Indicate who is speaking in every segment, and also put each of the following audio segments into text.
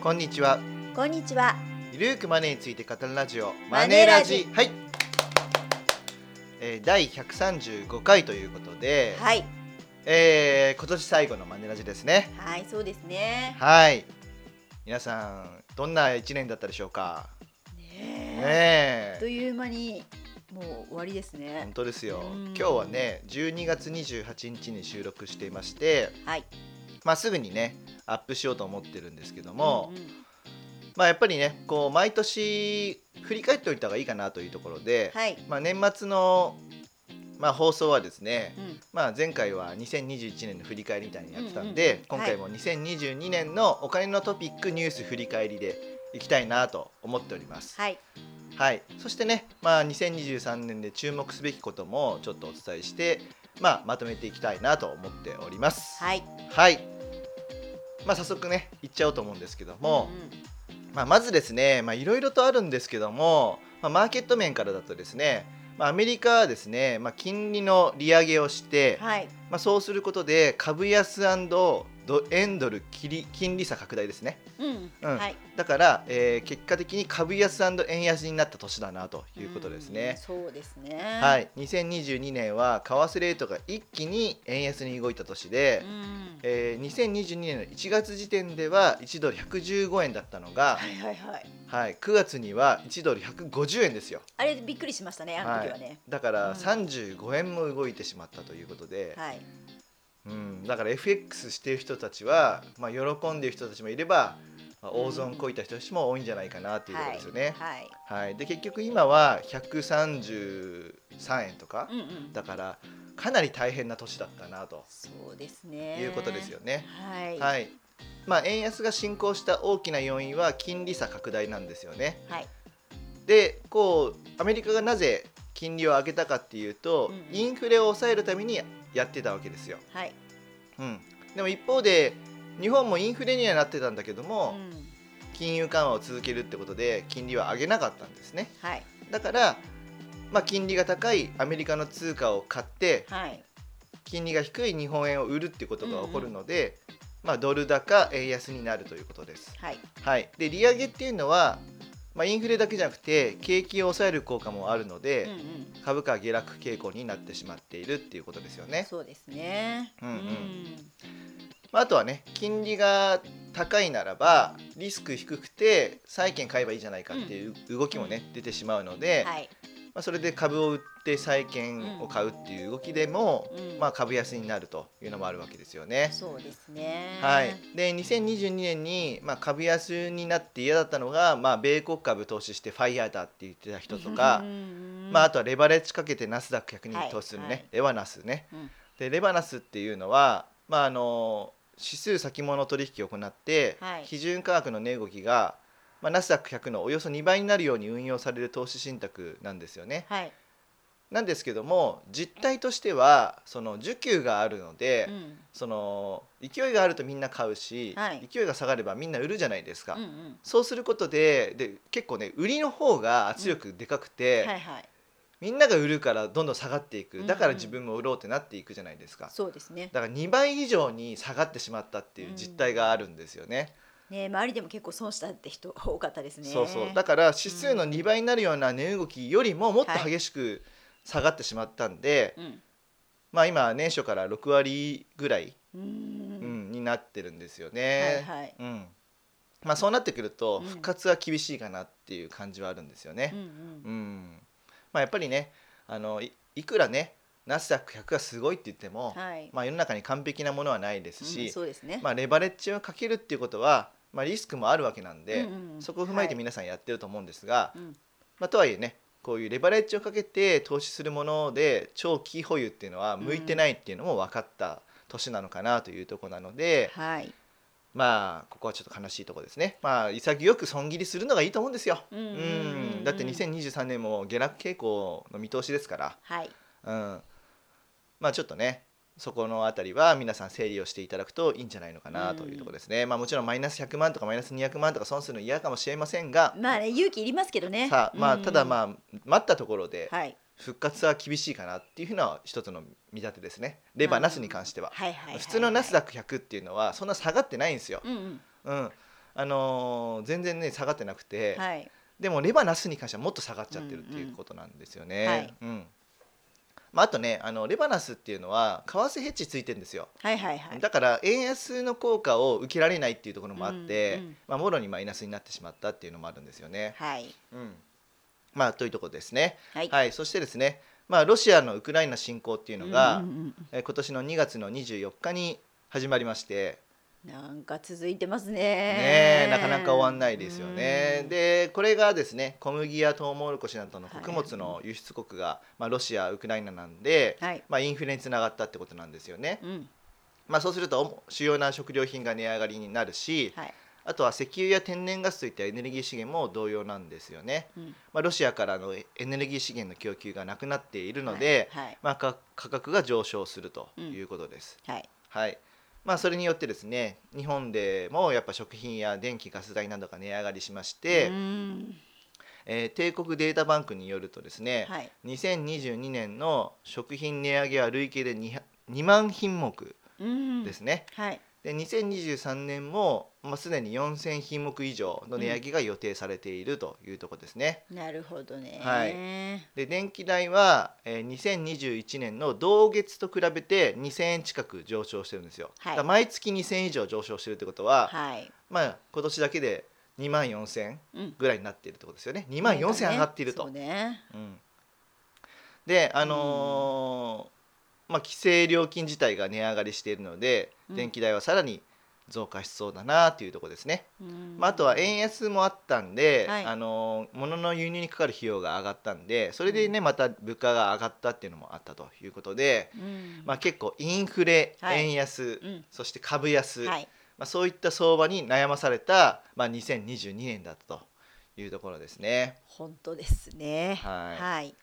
Speaker 1: こんにちは
Speaker 2: こんにちは。
Speaker 1: ゆるーくマネーについて語るラジオ
Speaker 2: マネラジ
Speaker 1: はい、えー、第135回ということで、
Speaker 2: はい。
Speaker 1: えー、今年最後のマネラジですね
Speaker 2: はい、そうですね。
Speaker 1: はい皆さんどんな一年だったでしょうか
Speaker 2: ね
Speaker 1: ね
Speaker 2: え。と
Speaker 1: え
Speaker 2: いう間にもう終わりですね
Speaker 1: 本。当ですよ
Speaker 2: うん
Speaker 1: 今日はね12月28日に収録していまして
Speaker 2: はい。
Speaker 1: まあすぐにねアップしようと思ってるんですけども、
Speaker 2: んん
Speaker 1: まあやっぱりねこう毎年振り返っておいた方がいいかなというところで、
Speaker 2: はい。
Speaker 1: まあ、年末の、まあ、放送はですね、
Speaker 2: うん。
Speaker 1: まあ、前回は2021年の振り返りみたいにやってたんで、
Speaker 2: うんうん
Speaker 1: 今回も2022年のお金のトピックニュース振り返りでいきたいなと思っております。
Speaker 2: はい。
Speaker 1: はい、そしてね、まあ、2023年で注目すべきこともちょっとお伝えして、まあ、まとめていきたいなと思っております。
Speaker 2: はい。
Speaker 1: はい、まあ、早速ねいっちゃおうと思うんですけども、
Speaker 2: んん
Speaker 1: まあ、まずですねまあいろいろとあるんですけども、まあ、マーケット面からだとですね、まあ、アメリカはですね、まあ、金利の利上げをして、
Speaker 2: はい。
Speaker 1: まあ、そうすることで株安ド円ドル金利金利差拡大ですね
Speaker 2: うん。
Speaker 1: うん
Speaker 2: はい。
Speaker 1: だから、えー結果的に株安円安になった年だなということです
Speaker 2: うん
Speaker 1: ね。
Speaker 2: そうですね。。
Speaker 1: はいい、2022年は為替レートが一気に円安に動いた年で
Speaker 2: う、ん。
Speaker 1: えー2022年の1月時点では1ドル115円だったのが、
Speaker 2: はいはいはい。
Speaker 1: はい、9月には1ドル150円ですよ
Speaker 2: あれびっくりしましたね。あの時はね。
Speaker 1: だから35円も動いてしまったということで、
Speaker 2: はい。
Speaker 1: うん、だから FX してる人たちは、まあ、喜んでる人たちもいれば、まあ、大損こいた人たちも多いんじゃないかなということですよね、
Speaker 2: はい。
Speaker 1: はいで結局今は133円とか
Speaker 2: う、んうん。
Speaker 1: だからかなり大変な年だったなと
Speaker 2: そうですね。
Speaker 1: いうことですよ。ね、
Speaker 2: はい。はい。
Speaker 1: はいまあ、円安が進行した大きな要因は金利差拡大なんですよね、
Speaker 2: はい。
Speaker 1: でこうアメリカがなぜ金利を上げたかっていうと、
Speaker 2: うんうん
Speaker 1: インフレを抑えるためにやってたわけですよ、
Speaker 2: はい。
Speaker 1: うん、でも一方で日本もインフレにはなってたんだけど
Speaker 2: う
Speaker 1: も、
Speaker 2: ん。
Speaker 1: 金融緩和を続けるってことで金利は上げなかったんですね
Speaker 2: はい。
Speaker 1: だから、まあ、金利が高いアメリカの通貨を買って
Speaker 2: はい。
Speaker 1: 金利が低い日本円を売るってことが起こるので、まあ、ドル高円安になるということです
Speaker 2: はい。
Speaker 1: はい、で利上げっていうのは、まあ、インフレだけじゃなくて景気を抑える効果もあるので、
Speaker 2: うんうん。
Speaker 1: 株価は下落傾向になってしまっているっていうことですよね。
Speaker 2: そうですね。
Speaker 1: うんうん
Speaker 2: ん。
Speaker 1: まあ、あとはね金利が高いならばリスク低くて債券買えばいいじゃないかっていう動きもね、出てしまうので、
Speaker 2: はい。
Speaker 1: まあ、それで株を売って債券を買うっていう動きでも、
Speaker 2: うん
Speaker 1: まあ、株安になるというのもあるわけですよね。
Speaker 2: そうですね。
Speaker 1: はい、で2022年に、まあ、株安になって嫌だったのが、まあ、米国株投資してファイヤーだって言ってた人とか
Speaker 2: う、ん
Speaker 1: まあ、あとはレバレッジかけてナスダック100に投資するね、
Speaker 2: はいはい
Speaker 1: レバナスね
Speaker 2: うん
Speaker 1: でレバナスっていうのは、まあ、あの指数先物取引を行って、
Speaker 2: はい
Speaker 1: 基準価格の値動きが、まあ、ナスダック100のおよそ2倍になるように運用される投資信託なんですよね。
Speaker 2: はい。
Speaker 1: なんですけども実態としてはその需給があるので、
Speaker 2: うん
Speaker 1: その勢いがあるとみんな買うし、
Speaker 2: はい
Speaker 1: 勢いが下がればみんな売るじゃないですか、
Speaker 2: うんうん。
Speaker 1: そうすることでで結構ね売りの方が圧力でかくて、
Speaker 2: はいはい。
Speaker 1: みんなが売るからどんどん下がってい
Speaker 2: うんう
Speaker 1: く
Speaker 2: ん
Speaker 1: だから自分も売ろうってなっていくじゃないですか、
Speaker 2: そうですね。
Speaker 1: だから2倍以上に下がってしまったっていう実態があるんですよね、
Speaker 2: ね周りでも結構損したって人多かったですね。
Speaker 1: そうそうだから指数の2倍になるような値動きよりももっと激しく下がってしまったんで、
Speaker 2: うん
Speaker 1: まあ今年初から6割ぐらい、
Speaker 2: う。
Speaker 1: うんん、になってるんですよ
Speaker 2: は
Speaker 1: ね、
Speaker 2: いはい。
Speaker 1: うんまあ、そうなってくると
Speaker 2: うん
Speaker 1: 復活は厳しいかなっていう感じはあるんですよ
Speaker 2: う
Speaker 1: ねう
Speaker 2: ん。うん。
Speaker 1: んまあ、やっぱりねあのいいくらねナスダック100がすごいって言っても、
Speaker 2: はい。
Speaker 1: まあ、世の中に完璧なものはないです
Speaker 2: うん
Speaker 1: し、
Speaker 2: そうですね。
Speaker 1: まあ、レバレッジをかけるっていうことは、まあ、リスクもあるわけなんで、
Speaker 2: うんうんうん
Speaker 1: そこを踏まえて
Speaker 2: はい
Speaker 1: 皆さんやってると思うんですが、
Speaker 2: うん
Speaker 1: まあ、とはいえねこういうレバレッジをかけて投資するもので長期保有っていうのは向いてないっていうのも分かった年なのかなというところなので、
Speaker 2: はい。
Speaker 1: まあここはちょっと悲しいところですね。まあ潔く損切りするのがいいと思うんですよ。
Speaker 2: うんう
Speaker 1: う
Speaker 2: んうんうん
Speaker 1: んだって2023年も下落傾向の見通しですか
Speaker 2: はい。
Speaker 1: ら、うん、まあちょっとねそこのあたりは皆さん整理をしていただくといいんじゃないのかなというところですね。まあもちろんマイナス100万とかマイナス200万とか損するの嫌かもしれませんが、
Speaker 2: まあね勇気いりますけどね。
Speaker 1: さあまあただ
Speaker 2: あ。
Speaker 1: まあ待ったところで
Speaker 2: はい。
Speaker 1: 復活は厳しいかなっていうふうな一つの見立てですね。レバーナスに関しては。
Speaker 2: はいはいはい。
Speaker 1: 普通のナス
Speaker 2: だ。
Speaker 1: ダック100っていうのはそんな下がってないんですよ。
Speaker 2: うんうん。
Speaker 1: うん、あのー全然ね下がってなくて、
Speaker 2: はい。
Speaker 1: でもレバナスに関してはもっと下がっちゃってるっていうことなんですよね。うんまあ、あとねあのレバナスっていうのは為替ヘッジついてるんですよ、
Speaker 2: はいはいはい。
Speaker 1: だから円安の効果を受けられないっていうところもあって、
Speaker 2: うんうん
Speaker 1: まあ、もろにマイナスになってしまったっていうのもあるんですよね。
Speaker 2: はい。
Speaker 1: うんまあ、というところですね。
Speaker 2: はい。
Speaker 1: はい、そしてですね、まあ、ロシアのウクライナ侵攻っていうのが、
Speaker 2: うんうん
Speaker 1: えー今年の2月の24日に始まりまして、
Speaker 2: うんなんか続いてますね。
Speaker 1: ねえなかなか終わんないですよね
Speaker 2: う。ん、
Speaker 1: でこれがですね小麦やトウモロコシなどの
Speaker 2: はい
Speaker 1: 穀物の輸出国が、まあ、ロシアウクライナなんで、
Speaker 2: はい。
Speaker 1: まあ、インフレにつながったってことなんですよね。
Speaker 2: うん。
Speaker 1: まあ、そうすると主要な食料品が値上がりになるし
Speaker 2: はい。
Speaker 1: あとは石油や天然ガスといったエネルギー資源も同様なんですよね。
Speaker 2: うん。
Speaker 1: まあ、ロシアからのエネルギー資源の供給がなくなっているので、
Speaker 2: はい。はい。
Speaker 1: まあ、か価格が上昇するということです。
Speaker 2: はい
Speaker 1: はいまあ、それによってですね日本でもやっぱ食品や電気ガス代などが値上がりしまして、
Speaker 2: うん
Speaker 1: えー帝国データバンクによるとですね、
Speaker 2: はい。
Speaker 1: 2022年の食品値上げは累計で 2, 2万品目
Speaker 2: うん。
Speaker 1: ですね、
Speaker 2: はい。
Speaker 1: で2023年も、まあ、すでに4000品目以上の値上げが予定されているというところですね、
Speaker 2: なるほどね。
Speaker 1: で電気代は、えー2021年の同月と比べて2000円近く上昇してるんですよ、だ
Speaker 2: はい
Speaker 1: から毎月2000円以上上昇してるってことは、
Speaker 2: はい。
Speaker 1: まあ今年だけで2万4000
Speaker 2: うん。
Speaker 1: ぐらいになっているってことですよね2万4000上がっていると、
Speaker 2: そうね。
Speaker 1: うんであのーまあ規制料金自体が値上がりしているので
Speaker 2: うん
Speaker 1: 電気代はさらに増加しそうだなというところですね、
Speaker 2: うん
Speaker 1: まあ、あとは円安もあったんで、
Speaker 2: はい
Speaker 1: あの物の輸入にかかる費用が上がったんでそれでねまた物価が上がったっていうのもあったということで、
Speaker 2: うん
Speaker 1: まあ、結構インフレ、
Speaker 2: はい
Speaker 1: 円安、
Speaker 2: うん
Speaker 1: そして株安、
Speaker 2: はい。
Speaker 1: まあ、そういった相場に悩まされた、まあ、2022年だったというところですね。
Speaker 2: 本当ですね。
Speaker 1: はい
Speaker 2: はい。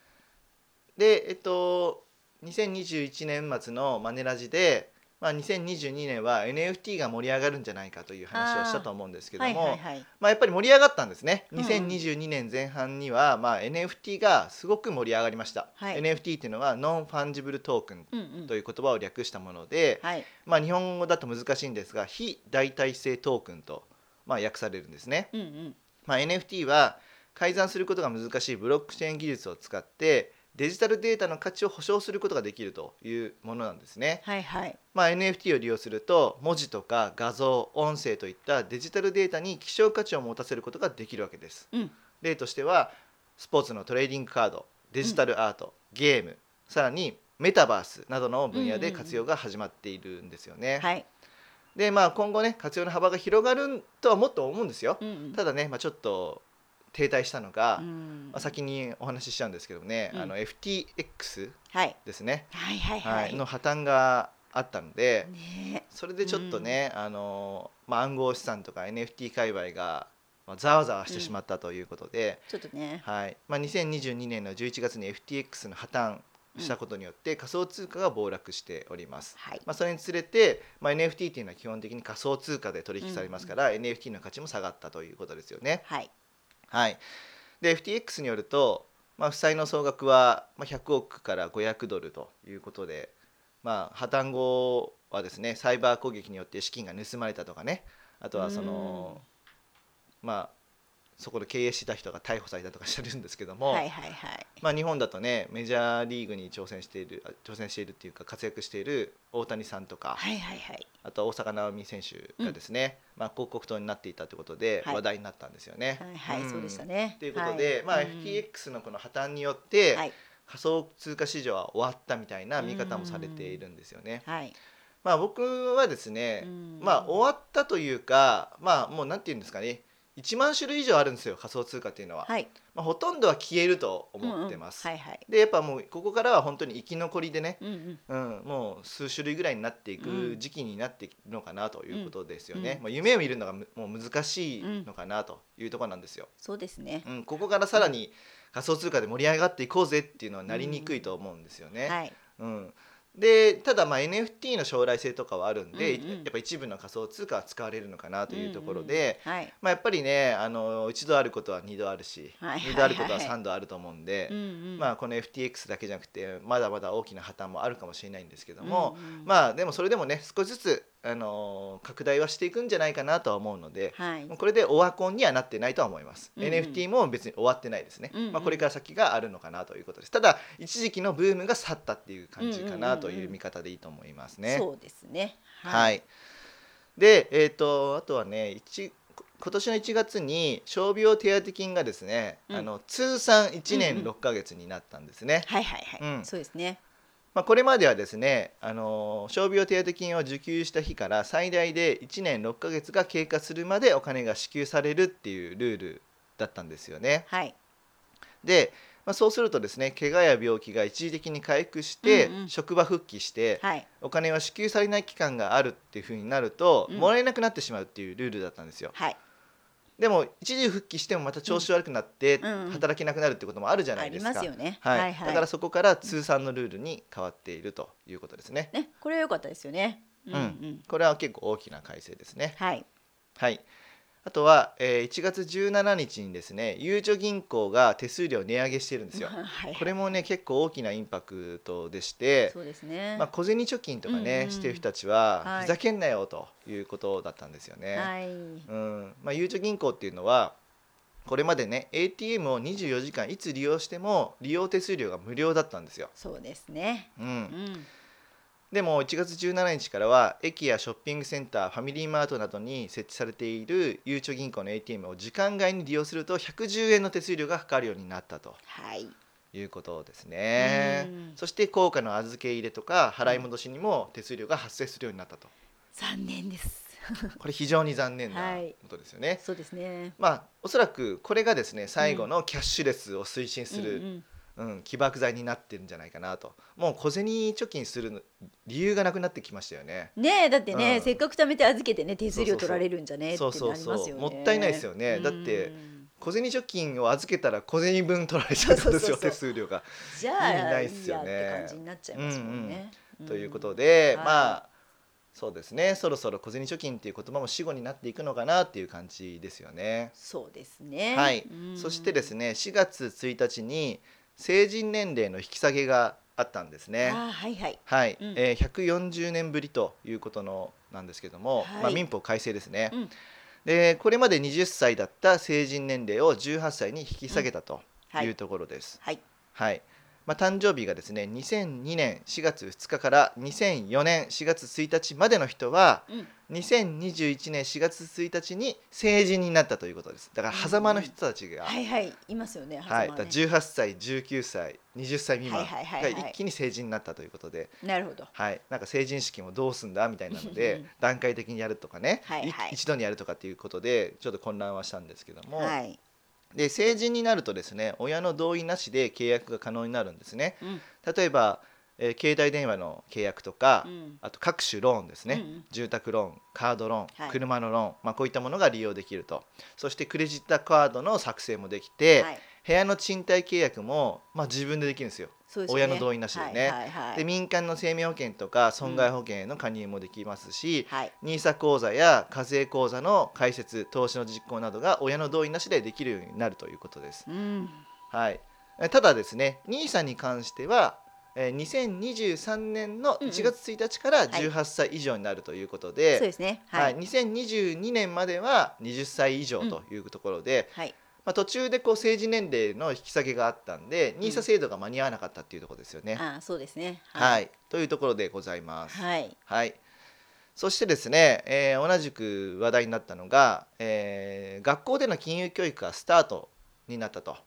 Speaker 1: でえっと2021年末のマネラジで、まあ、2022年は NFT が盛り上がるんじゃないかという話をしたと思うんですけど
Speaker 2: はい
Speaker 1: も、
Speaker 2: はいはい。
Speaker 1: まあ、やっぱり盛り上がったんですね
Speaker 2: うんうん
Speaker 1: 2022年前半には、まあ、NFT がすごく盛り上がりました、
Speaker 2: はい
Speaker 1: NFT っていうのはノンファンジブルトークン
Speaker 2: うんうん
Speaker 1: と。いう言葉を略したもので、
Speaker 2: はい。
Speaker 1: まあ、日本語だと難しいんですが非代替性トークンと、まあ、訳されるんですね、
Speaker 2: うんうん。
Speaker 1: まあ、NFT は改ざんすることが難しいブロックチェーン技術を使ってデジタルデータの価値を保証することができるというものなんですね、
Speaker 2: はいはい。
Speaker 1: まあ、NFT を利用すると文字とか画像音声といったデジタルデータに希少価値を持たせることができるわけです
Speaker 2: うん。
Speaker 1: 例としてはスポーツのトレーディングカードデジタルアート、ゲームさらにメタバースなどの分野で活用が始まっているんですよね。
Speaker 2: はい。
Speaker 1: でまあ今後ね活用の幅が広がるとはもっと思うんですよ。
Speaker 2: うんうん。
Speaker 1: ただね、まあ、ちょっと停滞したのが、
Speaker 2: うん
Speaker 1: まあ、先にお話ししちゃうんですけどね、
Speaker 2: うん
Speaker 1: あの FTX
Speaker 2: はい。
Speaker 1: ですね、
Speaker 2: はいはい
Speaker 1: は、
Speaker 2: はいい。
Speaker 1: の破綻があったので、
Speaker 2: ね
Speaker 1: それでちょっとね、あのまあ、暗号資産とか NFT 界隈がまあざわざわしてしまったということで、
Speaker 2: ちょっとね。
Speaker 1: はいまあ、2022年の11月に FTX の破綻したことによって仮想通貨が暴落しております。
Speaker 2: はい。
Speaker 1: まあ、それにつれて、まあ、NFT っていうのは基本的に仮想通貨で取引されますから、NFT の価値も下がったということですよね。
Speaker 2: はい。
Speaker 1: はい、で FTX によると、まあ、負債の総額はまあ100億から500ドルということで、まあ、破綻後はですねサイバー攻撃によって資金が盗まれたとかねあとはその、まあそこで経営してた人が逮捕されたとかしてるんですけども、
Speaker 2: はいはいはい。
Speaker 1: まあ、日本だとねメジャーリーグに挑戦しているあ挑戦しているっていうか活躍している大谷さんとか、
Speaker 2: はいはいはい。
Speaker 1: あとは大坂なおみ選手がですね、まあ、広告塔になっていたということで
Speaker 2: はい
Speaker 1: 話題になったんですよね。
Speaker 2: はいはい、
Speaker 1: ん
Speaker 2: そうでしたね。
Speaker 1: ということで、
Speaker 2: はい
Speaker 1: まあ、
Speaker 2: うん
Speaker 1: FTX のこの破綻によって、
Speaker 2: はい
Speaker 1: 仮想通貨市場は終わったみたいな見方もされているんですよね。
Speaker 2: はい。
Speaker 1: まあ、僕はですね、
Speaker 2: うん
Speaker 1: まあ、終わったというか、まあ、もうなんていうんですかね1万種類以上あるんですよ仮想通貨っていうのは、
Speaker 2: はい。
Speaker 1: まあ、ほとんどは消えると思ってます。
Speaker 2: うんうんはいはい。
Speaker 1: でやっぱもうここからは本当に生き残りでね、
Speaker 2: うんうん。
Speaker 1: うん、もう数種類ぐらいになっていく
Speaker 2: うん
Speaker 1: 時期になっていくのかなということですよね、
Speaker 2: うん
Speaker 1: まあ、夢を見るのがむもう難しいのかなというところなんですよ。
Speaker 2: そうですね。
Speaker 1: うん、ここからさらに仮想通貨で盛り上がっていこうぜっていうのはなりにくいと思うんですよね。
Speaker 2: はい。
Speaker 1: うん、でただまあ NFT の将来性とかはあるんで、
Speaker 2: うんうん
Speaker 1: やっぱ一部の仮想通貨は使われるのかなというところで。
Speaker 2: うんうん。はい。
Speaker 1: まあ、やっぱりねあの一度あることは二度あるし、
Speaker 2: はいはいはい
Speaker 1: 二度あることは三度あると思うんで、
Speaker 2: うんうん。
Speaker 1: ま
Speaker 2: あ、
Speaker 1: あ、この FTX だけじゃなくてまだまだ大きな破綻もあるかもしれないんですけども、まあでもそれでもね少しずつあのー拡大はしていくんじゃないかなとは思うので、
Speaker 2: はい。
Speaker 1: これでオワコンにはなってないとは思います、
Speaker 2: うんうん
Speaker 1: NFT も別に終わってないですね、
Speaker 2: うんうん
Speaker 1: まあ、これから先があるのかなということですただ一時期のブームが去ったっていう感じかなという見方でいいと思いますね、
Speaker 2: そうですね。。
Speaker 1: はいい。で、えっ、とあとはね、一今年の1月に傷病手当金がですね、
Speaker 2: うん
Speaker 1: あの通算1
Speaker 2: うんう
Speaker 1: 年
Speaker 2: ん
Speaker 1: 6ヶ月になったんですね。
Speaker 2: はいはいはい、
Speaker 1: うん
Speaker 2: そうですね。
Speaker 1: まあこれまではですね、あの傷病手当金を受給した日から最大で1年6ヶ月が経過するまでお金が支給されるっていうルールだったんですよね。
Speaker 2: はい。
Speaker 1: で。まあ、そうするとですね怪我や病気が一時的に回復して、
Speaker 2: うんうん
Speaker 1: 職場復帰して、
Speaker 2: はい。
Speaker 1: お金は支給されない期間があるっていうふうになると、
Speaker 2: うん
Speaker 1: もらえなくなってしまうっていうルールだったんですよ
Speaker 2: はい。
Speaker 1: でも一時復帰してもまた調子悪くなって、
Speaker 2: うんうん
Speaker 1: 働けなくなるってこともあるじゃな
Speaker 2: あ
Speaker 1: いで
Speaker 2: り
Speaker 1: すか
Speaker 2: ますよね。
Speaker 1: はい
Speaker 2: はいはい。
Speaker 1: だからそこから通算のルールに変わっているということですね
Speaker 2: ね、これは良かったですよね。うんんうん。
Speaker 1: これは結構大きな改正ですね
Speaker 2: はい。
Speaker 1: はいあとは、えー1月17日にですねゆうちょ銀行が手数料値上げしてるんですよ
Speaker 2: はい。
Speaker 1: これもね結構大きなインパクトでして
Speaker 2: そうですね。
Speaker 1: まあ、小銭貯金とかね、
Speaker 2: うんうん
Speaker 1: してる人たちは、
Speaker 2: はい
Speaker 1: ふざけんなよということだったんですよね。
Speaker 2: はい。
Speaker 1: うんまあ、ゆうちょ銀行っていうのはこれまでね ATM を24時間いつ利用しても利用手数料が無料だったんですよ。
Speaker 2: そうですね。
Speaker 1: う、
Speaker 2: うんん。
Speaker 1: でも1月17日からは駅やショッピングセンターファミリーマートなどに設置されているゆうちょ銀行の ATM を時間外に利用すると110円の手数料がかかるようになったと
Speaker 2: はい。
Speaker 1: いうことですね
Speaker 2: うん
Speaker 1: そして硬貨の預け入れとか払い戻しにも手数料が発生するようになったと
Speaker 2: 残念です。
Speaker 1: これ非常に残念な
Speaker 2: はい
Speaker 1: ことですよね。
Speaker 2: そうですね。
Speaker 1: まあおそらくこれがですね最後のキャッシュレスを推進す
Speaker 2: うん
Speaker 1: る、
Speaker 2: うん
Speaker 1: うん起爆剤になってるんじゃないかなともう小銭貯金する理由がなくなってきましたよね。
Speaker 2: ねえだってね、
Speaker 1: うん
Speaker 2: せっかく貯めて預けてね手数料取られるんじゃねって
Speaker 1: そう
Speaker 2: なり
Speaker 1: そう
Speaker 2: ますよね
Speaker 1: そうもったいないですよねだって
Speaker 2: うん
Speaker 1: 小銭貯金を預けたら小銭分取られちゃうんです
Speaker 2: そうそうそ
Speaker 1: よ
Speaker 2: うそう
Speaker 1: 手数料が。
Speaker 2: じゃあ
Speaker 1: 意味ない
Speaker 2: い
Speaker 1: っすよね
Speaker 2: いやって感じになっちゃいますもんね、ん
Speaker 1: ということで、
Speaker 2: はい
Speaker 1: まあそうですねそろそろ小銭貯金っていう言葉も死語になっていくのかなっていう感じですよね。
Speaker 2: そうですね
Speaker 1: はい、そしてです
Speaker 2: ね
Speaker 1: ね4月1日に成人年齢の引き下げがあったんですね。
Speaker 2: あーはいはい
Speaker 1: はい、
Speaker 2: うん
Speaker 1: えー140年ぶりということのなんですけども、
Speaker 2: はい
Speaker 1: まあ、民法改正ですね、
Speaker 2: うん
Speaker 1: でこれまで20歳だった成人年齢を18歳に引き下げたと
Speaker 2: はいいう
Speaker 1: ところです、
Speaker 2: はい
Speaker 1: はいまあ、誕生日がですね2002年4月2日から2004年4月1日までの人は
Speaker 2: うん
Speaker 1: 2021年4月1日に成人になったということですだから狭間の人たちが、
Speaker 2: はいはいいますよね
Speaker 1: はい、
Speaker 2: 狭
Speaker 1: だ
Speaker 2: 間
Speaker 1: か
Speaker 2: ね
Speaker 1: ら18歳19歳20歳未満
Speaker 2: はいはい
Speaker 1: が
Speaker 2: はいはい
Speaker 1: 一気に成人になったということで、
Speaker 2: なるほど
Speaker 1: はい、なんか成人式もどうすんだみたいなの
Speaker 2: う
Speaker 1: で
Speaker 2: んうん
Speaker 1: 段階的にやるとかね、
Speaker 2: はいはい
Speaker 1: 一度にやるとかっていうことでちょっと混乱はしたんですけども、
Speaker 2: はい、
Speaker 1: で成人になるとですね親の同意なしで契約が可能になるんですね
Speaker 2: うん
Speaker 1: 例えば、えー携帯電話の契約とか、
Speaker 2: うん
Speaker 1: あと各種ローンですね、
Speaker 2: うんうん
Speaker 1: 住宅ローンカードローン、
Speaker 2: はい
Speaker 1: 車のローン、まあ、こういったものが利用できるとそしてクレジットカードの作成もできて、
Speaker 2: はい
Speaker 1: 部屋の賃貸契約も、まあ、自分でできるんですよ
Speaker 2: そうですよね
Speaker 1: 親の同意なしでね
Speaker 2: はいはいはい
Speaker 1: で民間の生命保険とか損害保険への加入もできますし、
Speaker 2: はい、
Speaker 1: NISA 口座や課税口座の開設投資の実行などが親の同意なしでできるようになるということです。
Speaker 2: うん、
Speaker 1: はい、えただですね NISA に関してはえー2023年の1月1日から
Speaker 2: はい
Speaker 1: 18歳以上になるということ
Speaker 2: そう
Speaker 1: で、
Speaker 2: ですね
Speaker 1: は
Speaker 2: はいい
Speaker 1: 2022年までは20歳以上というところで、
Speaker 2: はい
Speaker 1: まあ、途中でこう政治年齢の引き下げがあったんで、
Speaker 2: ん
Speaker 1: NISA 制度が間に合わなかったっていうところですよね。
Speaker 2: あーそうですね
Speaker 1: はいい、というところでございます。はい、
Speaker 2: はい
Speaker 1: そしてですね、えー同じく話題になったのが、えー学校での金融教育がスタートになったと、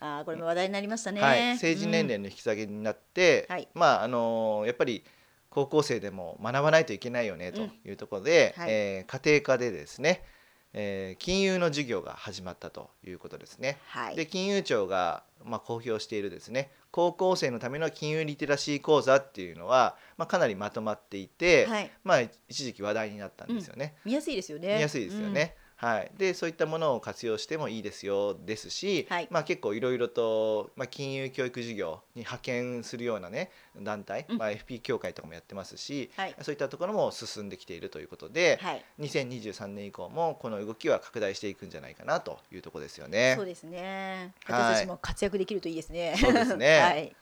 Speaker 2: あーこれも話題になりましたね、
Speaker 1: はい、成人年齢の引き下げになって、
Speaker 2: うんはい
Speaker 1: まああのーやっぱり高校生でも学ばないといけないよねと
Speaker 2: うん
Speaker 1: いうところで、
Speaker 2: はい
Speaker 1: えー家庭科でですね、えー金融の授業が始まったということですね。
Speaker 2: はい、
Speaker 1: で金融庁が、まあ、公表しているですね高校生のための金融リテラシー講座っていうのは、まあ、かなりまとまっていて、
Speaker 2: はい、
Speaker 1: まあ、一時期話題になったんですよね。
Speaker 2: 見やすいですよね
Speaker 1: 見やすいですよ、ね。はい、でそういったものを活用してもいいですよですし、
Speaker 2: はい
Speaker 1: まあ、結構いろいろと、まあ、金融教育事業に派遣するような、ね、団体、
Speaker 2: うん
Speaker 1: まあ、FP 協会とかもやってますし、
Speaker 2: うんはい
Speaker 1: そういったところも進んできているということで、
Speaker 2: はい
Speaker 1: 2023年以降もこの動きは拡大していくんじゃないかなというところですよね。
Speaker 2: そうですね
Speaker 1: はい
Speaker 2: 私たちも活躍できるといいですね
Speaker 1: そうですね
Speaker 2: はい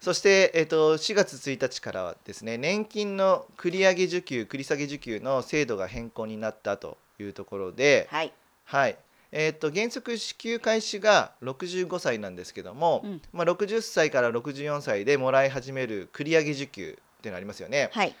Speaker 1: そして、えっと4月1日からはですね年金の繰上受給繰り下げ受給の制度が変更になったというところで、
Speaker 2: はい。
Speaker 1: はいえー、と原則支給開始が65歳なんですけども、
Speaker 2: うん
Speaker 1: まあ、60歳から64歳でもらい始める繰り上げ受給っていうのありますよね、
Speaker 2: はい。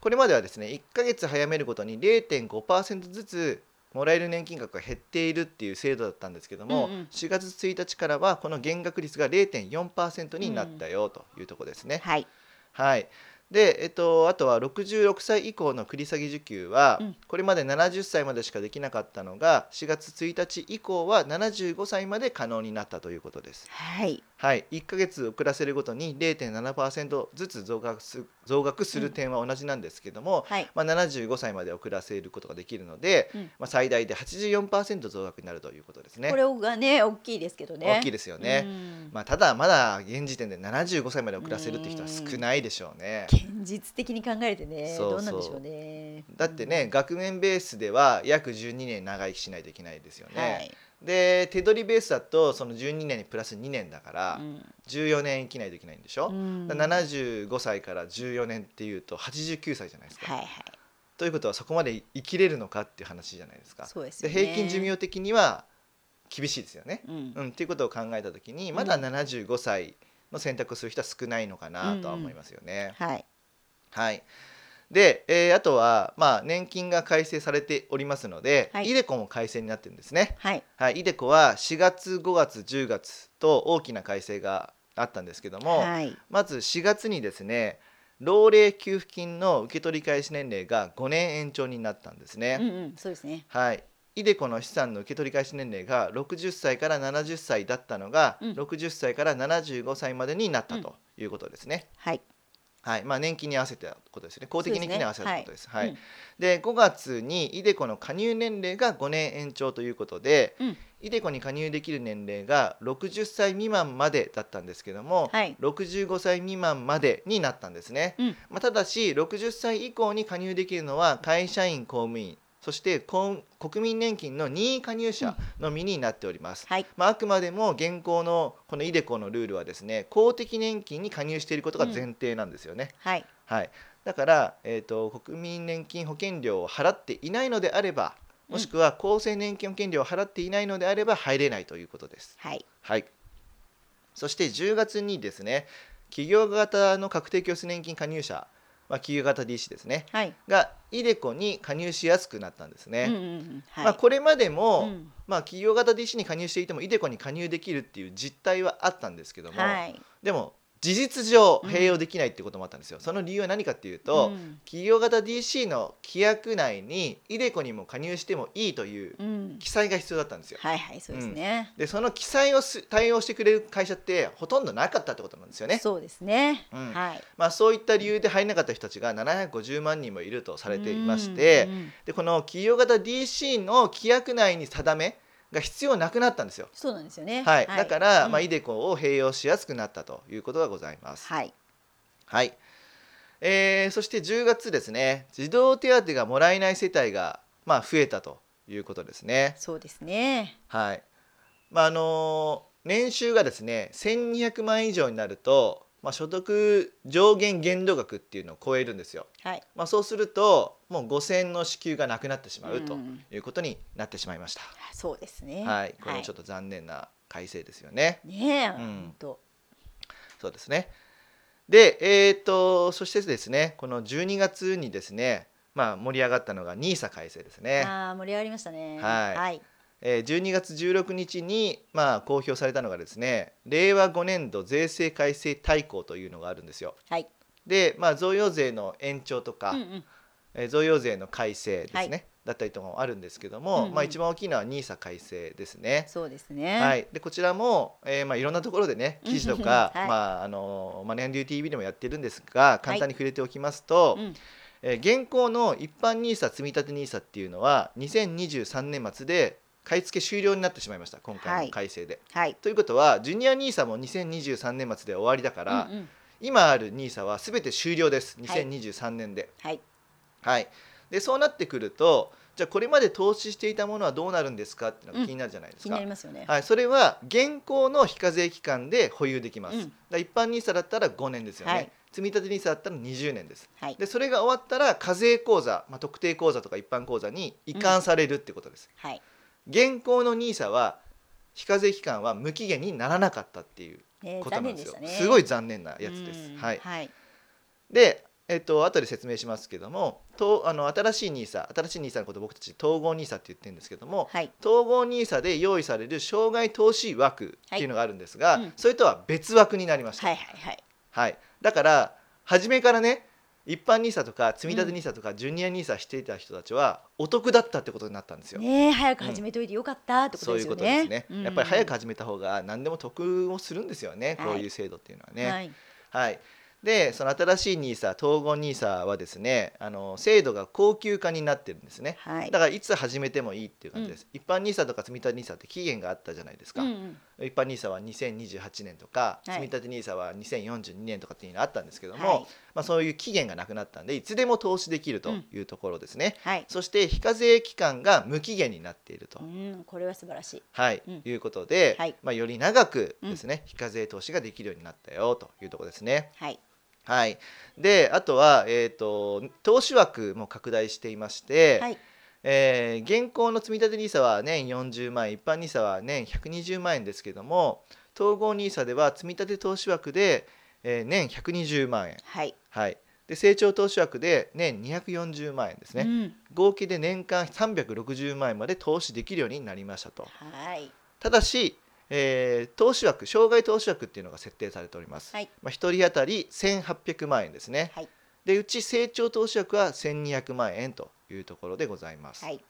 Speaker 1: これまではですね1ヶ月早めるごとに0.5%ずつもらえる年金額が減っているっていう制度だったんですけども、
Speaker 2: うんうん
Speaker 1: 4月1日からはこの減額率が0.4%になったよというところですね。
Speaker 2: はい。
Speaker 1: はい。で、えっと、あとは66歳以降の繰り下げ受給は、
Speaker 2: うん
Speaker 1: これまで70歳までしかできなかったのが4月1日以降は75歳まで可能になったということです。
Speaker 2: はい。
Speaker 1: はい、1ヶ月遅らせるごとに0.7%ずつ増額す増額する点は同じなんですけども、
Speaker 2: はい。
Speaker 1: まあ、75歳まで遅らせることができるので、
Speaker 2: うん
Speaker 1: まあ、最大で84%増額になるということですね。
Speaker 2: これがね、大きいですけどね。
Speaker 1: 大きい
Speaker 2: で
Speaker 1: ですよね、
Speaker 2: うん
Speaker 1: まあ、ただまだ現時点で75歳まで遅らせるって人は少ないでしょうね。
Speaker 2: 現実的に考えてね、
Speaker 1: そうそう
Speaker 2: どうなんでしょうね。
Speaker 1: だってね、学年ベースでは約12年長生きしないといけないですよ
Speaker 2: うん、
Speaker 1: ね。
Speaker 2: はい。
Speaker 1: で手取りベースだとその12年にプラス2年だから、
Speaker 2: うん
Speaker 1: 14年生きないといけないんでしょ、
Speaker 2: うん
Speaker 1: だから75歳から14年っていうと89歳じゃないですか。
Speaker 2: はいはい。
Speaker 1: ということはそこまで生きれるのかっていう話じゃないですか。
Speaker 2: そうです
Speaker 1: で
Speaker 2: よね。
Speaker 1: 平均寿命的には厳しいですよね。
Speaker 2: うん
Speaker 1: うん、っていうことを考えた時にまだ
Speaker 2: うん
Speaker 1: 75歳の選択をする人は少ないのかなとは思いますよね。
Speaker 2: はい。
Speaker 1: はい。で、えーあとは、まあ、年金が改正されておりますので、
Speaker 2: はい
Speaker 1: イデコも改正になってるんですね。
Speaker 2: はい。
Speaker 1: はい、イデコは4月、5月、10月と大きな改正があったんですけども、
Speaker 2: はい。
Speaker 1: まず4月にですね、老齢給付金の受け取り開始年齢が5年延長になったんですね。
Speaker 2: うんうん、そうですね。
Speaker 1: はい。イデコの資産の受け取り開始年齢が60歳から70歳だったのが、
Speaker 2: うん
Speaker 1: 60歳から75歳までになったということですね。
Speaker 2: はい。
Speaker 1: はいまあ、年金に合わせてたことですね公的年金に合わせたことです。
Speaker 2: そうですね
Speaker 1: はい
Speaker 2: はい
Speaker 1: で5月にイデコの加入年齢が5年延長ということで、
Speaker 2: うん
Speaker 1: イデコに加入できる年齢が60歳未満までだったんですけども、
Speaker 2: はい
Speaker 1: 65歳未満までになったんですね、
Speaker 2: うん
Speaker 1: まあ、ただし60歳以降に加入できるのは会社員公務員そして公国民年金の任意加入者のみになっております。
Speaker 2: はい。
Speaker 1: まあ、あくまでも現行のこのイデコのルールはですね公的年金に加入していることが前提なんですよね、
Speaker 2: はい。
Speaker 1: はい、だから、えー、と国民年金保険料を払っていないのであればもしくは厚生年金保険料を払っていないのであれば入れないということです、
Speaker 2: はい。
Speaker 1: はい、そして10月にですね企業型の確定拠出年金加入者、まあ、企業型 DC ですね
Speaker 2: はい。
Speaker 1: がイデコに加入しやすくなったんですね、
Speaker 2: うんうんうん。はい。
Speaker 1: まあ、これまでも、
Speaker 2: うん
Speaker 1: まあ、企業型 DC に加入していてもイデコに加入できるっていう実態はあったんですけども、
Speaker 2: はい。
Speaker 1: でも事実上
Speaker 2: うん
Speaker 1: 併用できないってこともあったんですよ、その理由は何かっていうと、
Speaker 2: うん
Speaker 1: 企業型 DC の規約内にイデコにも加入してもいいという
Speaker 2: うん。
Speaker 1: 記載が必要だったんですよ、
Speaker 2: はいはい、そうですね。
Speaker 1: でその記載をす対応してくれる会社ってほとんどなかったってことなんですよね
Speaker 2: そうですね。
Speaker 1: うん
Speaker 2: はい。
Speaker 1: まあ、そういった理由で入れなかった人たちが750万人もいるとされていまして、
Speaker 2: うんうん
Speaker 1: でこの企業型 DC の規約内に定めが必要なくなったんですよ。
Speaker 2: そうなんですよね。
Speaker 1: はい、だから、
Speaker 2: うん
Speaker 1: まあ、イデコを併用しやすくなったということがございます。はい、
Speaker 2: はい。
Speaker 1: えーそして10月ですね、児童手当がもらえない世帯が、まあ、増えたということですね。
Speaker 2: そうですね。
Speaker 1: はい。まあ、あのー年収がですね、1200万円以上になると、まあ、所得上限限度額っていうのを超えるんですよ。
Speaker 2: はい。
Speaker 1: まあ、そうすると、もう5000の支給がなくなってしまうと
Speaker 2: うん
Speaker 1: いうことになってしまいました。
Speaker 2: そうですね。
Speaker 1: はい、これもちょっと残念な改正ですよね。
Speaker 2: ねえ、
Speaker 1: ん
Speaker 2: 本当。
Speaker 1: そうですね。で、えー、とそしてですね、この12月にですね、まあ、盛り上がったのが NISA 改正ですね。
Speaker 2: ああ、盛り上がりましたね。
Speaker 1: はい
Speaker 2: はい。
Speaker 1: えー12月16日に、まあ、公表されたのがですね、令和5年度税制改正大綱というのがあるんですよ。
Speaker 2: はい。
Speaker 1: で、まあ、贈与税の延長とか、
Speaker 2: うんうん。
Speaker 1: えー贈与税の改正ですね、
Speaker 2: はい
Speaker 1: だったりとかもあるんですけども、
Speaker 2: うんうん
Speaker 1: まあ、一番大きいのは NISA 改正ですね。
Speaker 2: そうですね。。
Speaker 1: はいい、でこちらも、えーまあ、いろんなところでね記事とか、
Speaker 2: はい
Speaker 1: まあ、あのマネーンデュー TV でもやってるんですが簡単に触れておきますと、
Speaker 2: うん。
Speaker 1: えー現行の一般 NISA 積立 NISA っていうのは2023年末で買い付け終了になってしまいました今回の改正で。
Speaker 2: はい。
Speaker 1: ということはジュニア NISA も2023年末で終わりだから、
Speaker 2: うんうん
Speaker 1: 今ある NISA は全て終了です2023年で。
Speaker 2: はい。
Speaker 1: はい、でそうなってくるとじゃあこれまで投資していたものはどうなるんですかっていうのが気になるじゃないです
Speaker 2: 気
Speaker 1: か。
Speaker 2: になりますよね。
Speaker 1: はい、それは現行の非課税期間で保有できます、
Speaker 2: うん
Speaker 1: だから一般 NISA だったら5年ですよね、
Speaker 2: はい
Speaker 1: 積立 NISA だったら20年です
Speaker 2: はい。
Speaker 1: でそれが終わったら課税口座、まあ、特定口座とか一般口座に移管されるってことです、
Speaker 2: はい。
Speaker 1: 現行の NISA は非課税期間は無期限にならなかったっていう
Speaker 2: ね
Speaker 1: ことな
Speaker 2: 残
Speaker 1: ん
Speaker 2: 念
Speaker 1: で
Speaker 2: です
Speaker 1: よ
Speaker 2: したね。
Speaker 1: すごい残念なやつです、
Speaker 2: うん
Speaker 1: はい、
Speaker 2: はい。
Speaker 1: で、えっと後で説明しますけどもとあの新しい NISA 新しい NISA のこと僕たち統合 NISA って言ってるんですけども、
Speaker 2: はい。
Speaker 1: 統合 NISA で用意される障害投資枠っていうのがあるんですが、
Speaker 2: はいうん
Speaker 1: それとは別枠になりました、
Speaker 2: はい。はい。
Speaker 1: はいだから初めからね一般 NISA とか積み立て NISA とかジュニア NISA していた人たちはお得だったってことになったんですよ。
Speaker 2: ねえ、早く始めといてよかったってこ
Speaker 1: そ
Speaker 2: と
Speaker 1: う
Speaker 2: で
Speaker 1: い
Speaker 2: す
Speaker 1: うこ
Speaker 2: よ
Speaker 1: とです
Speaker 2: ね。
Speaker 1: ね、
Speaker 2: うん
Speaker 1: やっぱり早く始めた方が何でも得をするんですよね、
Speaker 2: はい
Speaker 1: こういう制度っていうのはね。
Speaker 2: はい。
Speaker 1: はい、でその新しい NISA 統合 NISA はですねあの制度が高級化になってるんですね、
Speaker 2: はい。
Speaker 1: だからいつ始めてもいいっていう感じです、一般 NISA とか積み立て NISA って期限があったじゃないですか、
Speaker 2: うんうん
Speaker 1: 一般 NISA は2028年とか、
Speaker 2: はい
Speaker 1: 積み立て NISA は2042年とかっていうのあったんですけども、
Speaker 2: はい
Speaker 1: まあ、そういう期限がなくなったんでいつでも投資できるというところですね、
Speaker 2: はい。
Speaker 1: そして非課税期間が無期限になっていると、
Speaker 2: うん、これは素晴らしい。
Speaker 1: はい、
Speaker 2: うん
Speaker 1: いうことで、
Speaker 2: はい
Speaker 1: まあ、より長くですね、非課税投資ができるようになったよというところですね。
Speaker 2: はい。
Speaker 1: はい、であとは、えー、と投資枠も拡大していまして、
Speaker 2: はい。
Speaker 1: えー現行の積立 NISA は年40万円一般 NISA は年120万円ですけども統合 NISA では積立投資枠で、えー年120万円、
Speaker 2: はい。
Speaker 1: はい、で成長投資枠で年240万円ですね、
Speaker 2: うん。
Speaker 1: 合計で年間360万円まで投資できるようになりましたと。
Speaker 2: はい。
Speaker 1: ただし、えー投資枠障害投資枠っていうのが設定されております、
Speaker 2: はい
Speaker 1: まあ、1人当たり1800万円ですね、
Speaker 2: はい
Speaker 1: でうち成長投資枠は1200万円というところでございます
Speaker 2: はい。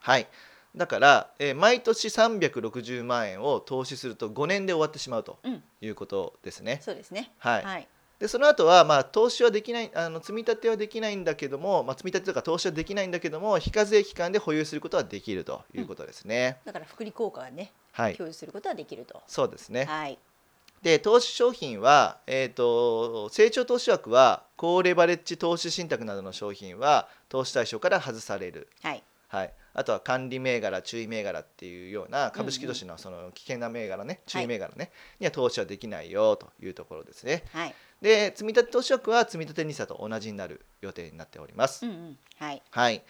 Speaker 1: はいだから、えー毎年360万円を投資すると5年で終わってしまうと
Speaker 2: うん。
Speaker 1: いうことですね、
Speaker 2: そうですね。
Speaker 1: はい
Speaker 2: はい。
Speaker 1: でその後はまあ投資はできないあの積み立てはできないんだけども、まあ、積み立てとか投資はできないんだけども非課税期間で保有することはできるということですね、
Speaker 2: だから福利効果がね、
Speaker 1: はい
Speaker 2: 享受することはできると。
Speaker 1: そうですね
Speaker 2: はい。
Speaker 1: で投資商品は、えー、と成長投資枠は高レバレッジ投資信託などの商品は投資対象から外される、
Speaker 2: はい。
Speaker 1: はい、あとは管理銘柄注意銘柄っていうような株式投資のその危険な銘柄ね、注意銘柄ねには投資はできないよというところですね
Speaker 2: はい。
Speaker 1: で積立投資枠は積立 NISA と同じになる予定になっております
Speaker 2: うんうん。はい。
Speaker 1: はい。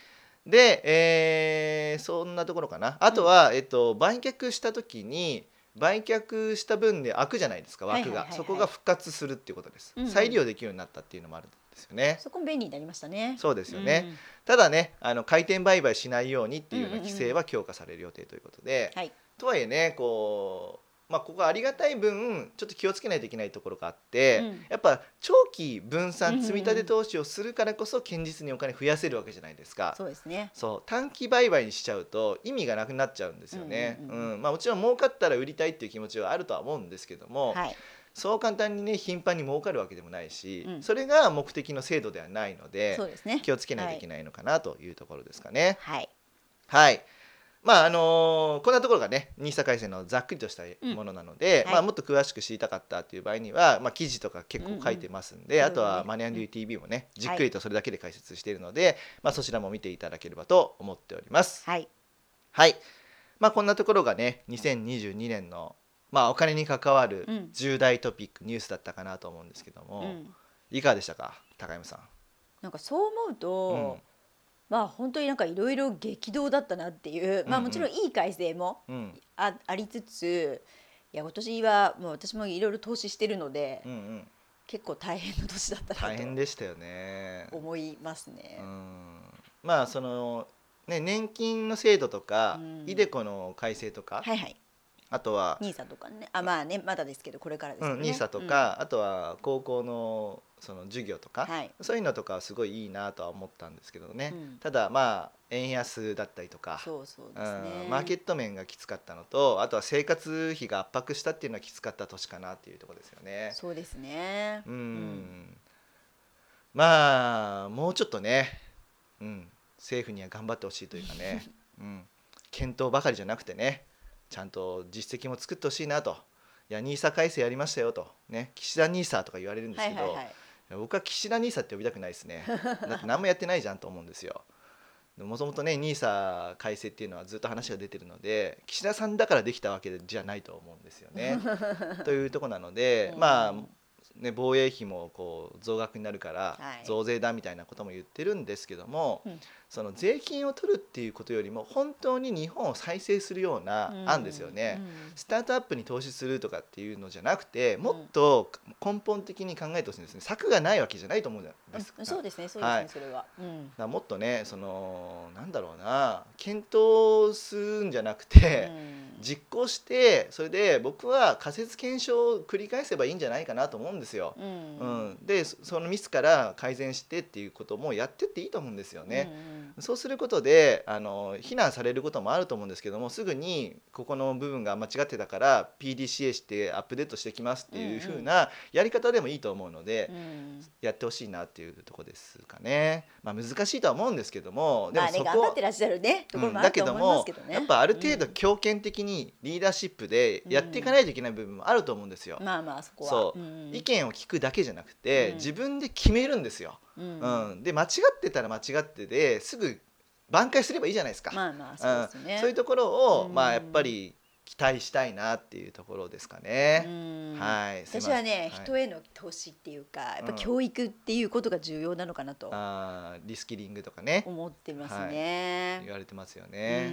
Speaker 1: で、えーそんなところかな。あとは、えっと、売却した時に、売却した分で開くじゃないですか、
Speaker 2: はい
Speaker 1: 枠
Speaker 2: はい
Speaker 1: が。
Speaker 2: はいはい
Speaker 1: そこが復活するっていうことです、
Speaker 2: うんうん
Speaker 1: 再利用できるようになったっていうのもあるんですよね。
Speaker 2: そこも便利になりましたね。
Speaker 1: そうですよね。ただね、あの回転売買しないようにっていうような規制は強化される予定ということで、
Speaker 2: うん。はい。
Speaker 1: とはいえね、こう、まあ、ここはありがたい分ちょっと気をつけないといけないところがあって、
Speaker 2: うん
Speaker 1: やっぱ長期分
Speaker 2: うんう
Speaker 1: 散
Speaker 2: んうん
Speaker 1: 積み立て投資をするからこそ堅実にお金増やせるわけじゃないですか。
Speaker 2: そうですね。
Speaker 1: そう短期売買にしちゃうと意味がなくなっちゃうんですよね。う
Speaker 2: うんんうんうん
Speaker 1: まあもちろん儲かったら売りたいっていう気持ちはあるとは思うんですけども、
Speaker 2: はい。
Speaker 1: そう簡単にね頻繁に儲かるわけでもないし、
Speaker 2: うん
Speaker 1: それが目的の制度ではないので
Speaker 2: そうですね。
Speaker 1: 気をつけないといけないのかなというところですかね。
Speaker 2: はい。
Speaker 1: はい。まああのーこんなところがね NISA 改正のざっくりとしたものなので、
Speaker 2: うんはい
Speaker 1: まあ、もっと詳しく知りたかったという場合には、まあ、記事とか結構書いてますんで、
Speaker 2: うんうん
Speaker 1: あと
Speaker 2: そう
Speaker 1: は
Speaker 2: で
Speaker 1: 「
Speaker 2: すね
Speaker 1: マネーデュー TV」もねじっくりとそれだけで解説しているので、まあ、そちらも見ていただければと思っております。
Speaker 2: はい。
Speaker 1: はいまあ、こんなところがね2022年の、まあ、お金に関わる
Speaker 2: うん
Speaker 1: 重大トピックニュースだったかなと思うんですけど
Speaker 2: う
Speaker 1: も、
Speaker 2: ん。
Speaker 1: いかがでしたか高山さん。
Speaker 2: なんかそう思う
Speaker 1: う
Speaker 2: と
Speaker 1: ん。
Speaker 2: まあ本当になんかいろいろ激動だったなっていう、まあ
Speaker 1: うんうん
Speaker 2: もちろんいい改正も
Speaker 1: うん
Speaker 2: あありつついや今年はもう私もいろいろ投資してるので、
Speaker 1: うんうん、
Speaker 2: 結構大変な年だった
Speaker 1: 大
Speaker 2: な
Speaker 1: 変でしたよね
Speaker 2: と。思いますね
Speaker 1: う。んまあその、ね、年金の制度とか、
Speaker 2: うん
Speaker 1: イデコの改正とか、
Speaker 2: はいはい。
Speaker 1: あとは、
Speaker 2: 兄さんとかね、あまあねまだですけどこれからです
Speaker 1: う
Speaker 2: よ
Speaker 1: ん、
Speaker 2: ね。
Speaker 1: NISA とか、あとは高校のその授業とか、
Speaker 2: はい
Speaker 1: そういうのとかはすごいいいなとは思ったんですけどね、
Speaker 2: うん
Speaker 1: ただまあ円安だったりと
Speaker 2: うん。
Speaker 1: か。
Speaker 2: そうそう
Speaker 1: う
Speaker 2: ですね。
Speaker 1: ん、マーケット面がきつかったのとあとは生活費が圧迫したっていうのはきつかった年かなっていうところですよね。
Speaker 2: そうですね。
Speaker 1: うん
Speaker 2: うん
Speaker 1: まあもうちょっとね、うん、政府には頑張ってほしいというか ね、うん、検討ばかりじゃなくてねちゃんと実績も作ってほしいなと。いやニーサ改正やりましたよと、ね、岸田ニーサとか言われるんです
Speaker 2: は
Speaker 1: け
Speaker 2: い
Speaker 1: ど、
Speaker 2: はいはい。
Speaker 1: いや僕は岸田ニーサって呼びたくないですねだって何もやってないじゃんと思うんですよ。もともとね NISA 改正っていうのはずっと話が出てるので岸田さんだからできたわけじゃないと思うんですよ ね。というところなので、
Speaker 2: うん
Speaker 1: まあね、防衛費もこう増額になるから
Speaker 2: はい
Speaker 1: 増税だみたいなことも言ってるんですけども、
Speaker 2: うん
Speaker 1: その税金を取るっていうことよりも本当に日本を再生するような案ですよね。スタートアップに投資するとかっていうのじゃなくてもっと根本的に考えてほしいんですね策がないわけじゃないと思うんです
Speaker 2: うんそう
Speaker 1: だか
Speaker 2: ですね、そうですね、
Speaker 1: はい
Speaker 2: それは。うん。
Speaker 1: らもっとねそのなんだろうな検討するんじゃなくて、
Speaker 2: うん
Speaker 1: 実行してそれで僕は仮説検証を繰り返せばいいんじゃないかなと思うんですよ。
Speaker 2: う。
Speaker 1: うんん、でそそのミスから改善してっていうこともやってっていいと思うんですよね。
Speaker 2: うん
Speaker 1: そうすることであの非難されることもあると思うんですけどもすぐにここの部分が間違ってたから PDCA してアップデートしてきますっていう風なやり方でもいいと思うので、
Speaker 2: うん。うん
Speaker 1: やってほしいなっていうとこですかね。まあ、難しいとは思うんですけどもで
Speaker 2: ま
Speaker 1: も
Speaker 2: あね、
Speaker 1: そ
Speaker 2: 頑
Speaker 1: こ
Speaker 2: 張
Speaker 1: は
Speaker 2: ってらっしゃるね、ところ
Speaker 1: うん
Speaker 2: もあ
Speaker 1: だ
Speaker 2: る
Speaker 1: け
Speaker 2: と
Speaker 1: ど
Speaker 2: 思いま
Speaker 1: も
Speaker 2: すけどね。
Speaker 1: やっぱある程
Speaker 2: う
Speaker 1: 度
Speaker 2: ん
Speaker 1: 強権的にリーダーシップでやっていかないといけない部分もあると思うんですよ。
Speaker 2: まあまあ、そこは。
Speaker 1: そう
Speaker 2: うん
Speaker 1: 意見を聞くだけじゃなくて、
Speaker 2: うん
Speaker 1: 自分で決めるんですよ。
Speaker 2: うん
Speaker 1: うん、で間違ってたら間違ってですぐ挽回すればいいじゃないですか、
Speaker 2: まあまあ、そうですね。
Speaker 1: そういうところを、
Speaker 2: うん
Speaker 1: まあやっぱり期待したいなっていうところですかね、
Speaker 2: うん
Speaker 1: はいすいま
Speaker 2: 私
Speaker 1: せん
Speaker 2: はね、
Speaker 1: はい
Speaker 2: 人への投資っていうかやっぱ
Speaker 1: うん
Speaker 2: 教育っていうことが重要なのかなと
Speaker 1: あーリスキリングとかね
Speaker 2: 思ってますね。
Speaker 1: 言われてますよ
Speaker 2: う
Speaker 1: ね、う
Speaker 2: ん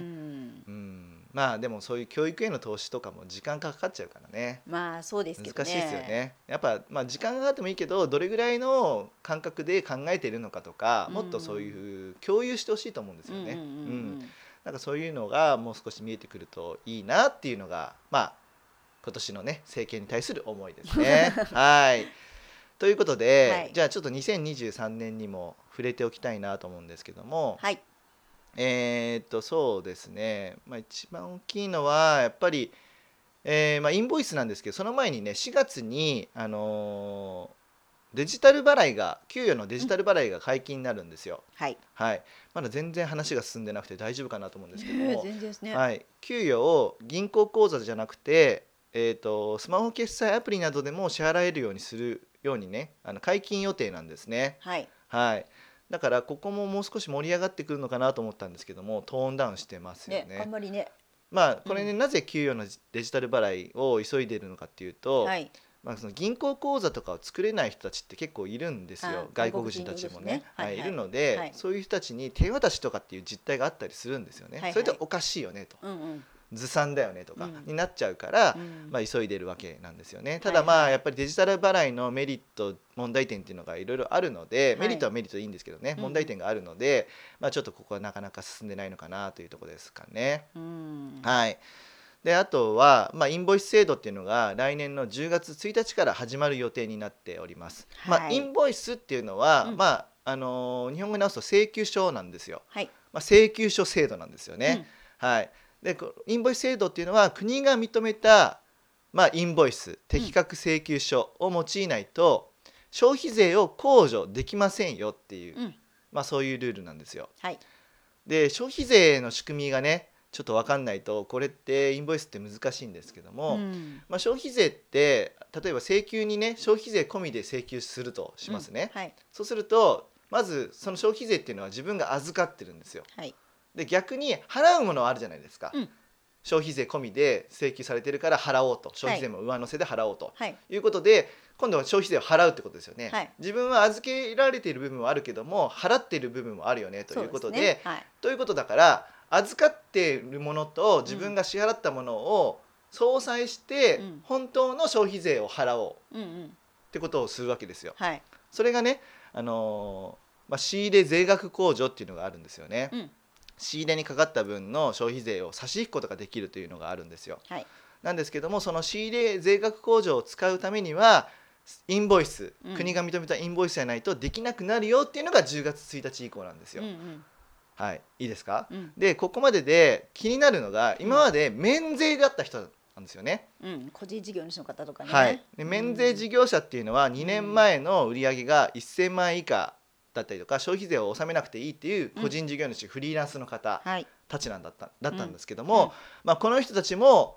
Speaker 1: んまあでもそういう教育への投資とかも時間かかっちゃうからね
Speaker 2: まあそうですけどね。
Speaker 1: 難しいですよねやっぱ、まあ、時間がかかってもいいけどどれぐらいの感覚で考えているのかとかもっとそういう共有してほしいと思うんですよね。
Speaker 2: うんうんうん
Speaker 1: うんなんかそういうのがもう少し見えてくるといいなっていうのがまあ今年のね政権に対する思いです ね。はいということで、
Speaker 2: はい
Speaker 1: じゃあちょっと2023年にも触れておきたいなと思うんですけども、
Speaker 2: はい。
Speaker 1: えーっとそうですね、まあ、一番大きいのはやっぱり、えーまあ、インボイスなんですけどその前にね4月に、あのーデジタル払いが給与のデジタル払いが解禁になるんですよ。
Speaker 2: はい。
Speaker 1: はい、まだ全然話が進んでなくて大丈夫かなと思うんですけども、
Speaker 2: 全然ですね。
Speaker 1: はい、給与を銀行口座じゃなくて、えー、とスマホ決済アプリなどでも支払えるようにするようにねあの解禁予定なんですね、
Speaker 2: はい。
Speaker 1: はい、だからここももう少し盛り上がってくるのかなと思ったんですけどもトーンダウンしてますよ
Speaker 2: ね
Speaker 1: ね、
Speaker 2: あんまりね。
Speaker 1: まあこれね、なぜ給与のデジタル払いを急いでいるのかっていうと、
Speaker 2: はい。
Speaker 1: まあ、その銀行口座とかを作れない人たちって結構いるんです
Speaker 2: あ
Speaker 1: よ外国人たちもね
Speaker 2: 外国人ですね
Speaker 1: はい
Speaker 2: はいはい
Speaker 1: い、るので、
Speaker 2: はい
Speaker 1: そういう人たちに手渡しとかっていう実態があったりするんですよね、
Speaker 2: はいはい
Speaker 1: それっておかしいよねと
Speaker 2: うんうん。
Speaker 1: ずさんだよねとか
Speaker 2: うん
Speaker 1: になっちゃうから、
Speaker 2: うん
Speaker 1: まあ、急いでるわけなんですよねた
Speaker 2: は
Speaker 1: だ
Speaker 2: いはい
Speaker 1: まあやっぱりデジタル払いのメリット問題点っていうのがいろいろあるので、
Speaker 2: は
Speaker 1: メ
Speaker 2: い
Speaker 1: リットはメリットでいいんですけどね
Speaker 2: うん
Speaker 1: 問題点があるので、まあ、ちょっとここはなかなか進んでないのかなというところですかね。
Speaker 2: うん。
Speaker 1: はいであとは、まあ、インボイス制度っていうのが来年の10月1日から始まる予定になっております。ま
Speaker 2: は
Speaker 1: あ、
Speaker 2: い
Speaker 1: インボイスっていうのは、
Speaker 2: うん
Speaker 1: まああのー日本語に直すと請求書なんですよ。
Speaker 2: はい。
Speaker 1: まあ、請求書制度なんですよね。はい、でこインボイス制度っていうのは国が認めた、まあ、インボイス適格請求書を用いないと、消費税を控除できませんよっていう、
Speaker 2: うん。うん。
Speaker 1: まあ、そういうルールなんですよ。
Speaker 2: はい。
Speaker 1: で消費税の仕組みがねちょっと分かんないとこれってインボイスって難しいんですけども、
Speaker 2: ん。
Speaker 1: まあ、消費税って例えば請求にね消費税込みで請求するとしますね、
Speaker 2: うんはい。
Speaker 1: そうするとまずその消費税っていうのは自分が預かってるんですよ
Speaker 2: はい。
Speaker 1: で逆に払うものはあるじゃないですか、
Speaker 2: うん
Speaker 1: 消費税込みで請求されてるから払おうと消費税も上乗せで払おうと、
Speaker 2: はい。
Speaker 1: い、うことで今度は消費税を払うってことですよね、
Speaker 2: はい
Speaker 1: 自分は預けられている部分はあるけども払っている部分もあるよねということ
Speaker 2: そう
Speaker 1: で
Speaker 2: すねはい。
Speaker 1: ということだから預かっているものと自分が支払ったものを相殺して
Speaker 2: うん
Speaker 1: 本当の消費税を払おう
Speaker 2: うんうん。
Speaker 1: ってことをするわけですよ。
Speaker 2: はい。
Speaker 1: それがね、あのーまあ、仕入れ税額控除っていうのがあるんですよね。
Speaker 2: うん。
Speaker 1: 仕入れにかかった分の消費税を差し引くことができるというのがあるんですよ。
Speaker 2: はい。
Speaker 1: なんですけどもその仕入れ税額控除を使うためにはインボイス、
Speaker 2: うん
Speaker 1: 国が認めたインボイスじゃないとできなくなるよっていうのが10月1日以降なんです
Speaker 2: う
Speaker 1: よ。
Speaker 2: んうん。
Speaker 1: はい、いいですか、
Speaker 2: うん。
Speaker 1: でここまでで気になるのが
Speaker 2: ん
Speaker 1: 今まで免税だった人なんですよね。
Speaker 2: うん。個人事業主の方とかね。
Speaker 1: はい、で免税
Speaker 2: 業。
Speaker 1: 事業者っていうのは2年前の売り上げが1000万円以下だったりとか消費税を納めなくていいっていう個人事業主、フリーランスの方
Speaker 2: はい。
Speaker 1: たちなんだっただったんですけど
Speaker 2: うん
Speaker 1: も、まあ、この人たちも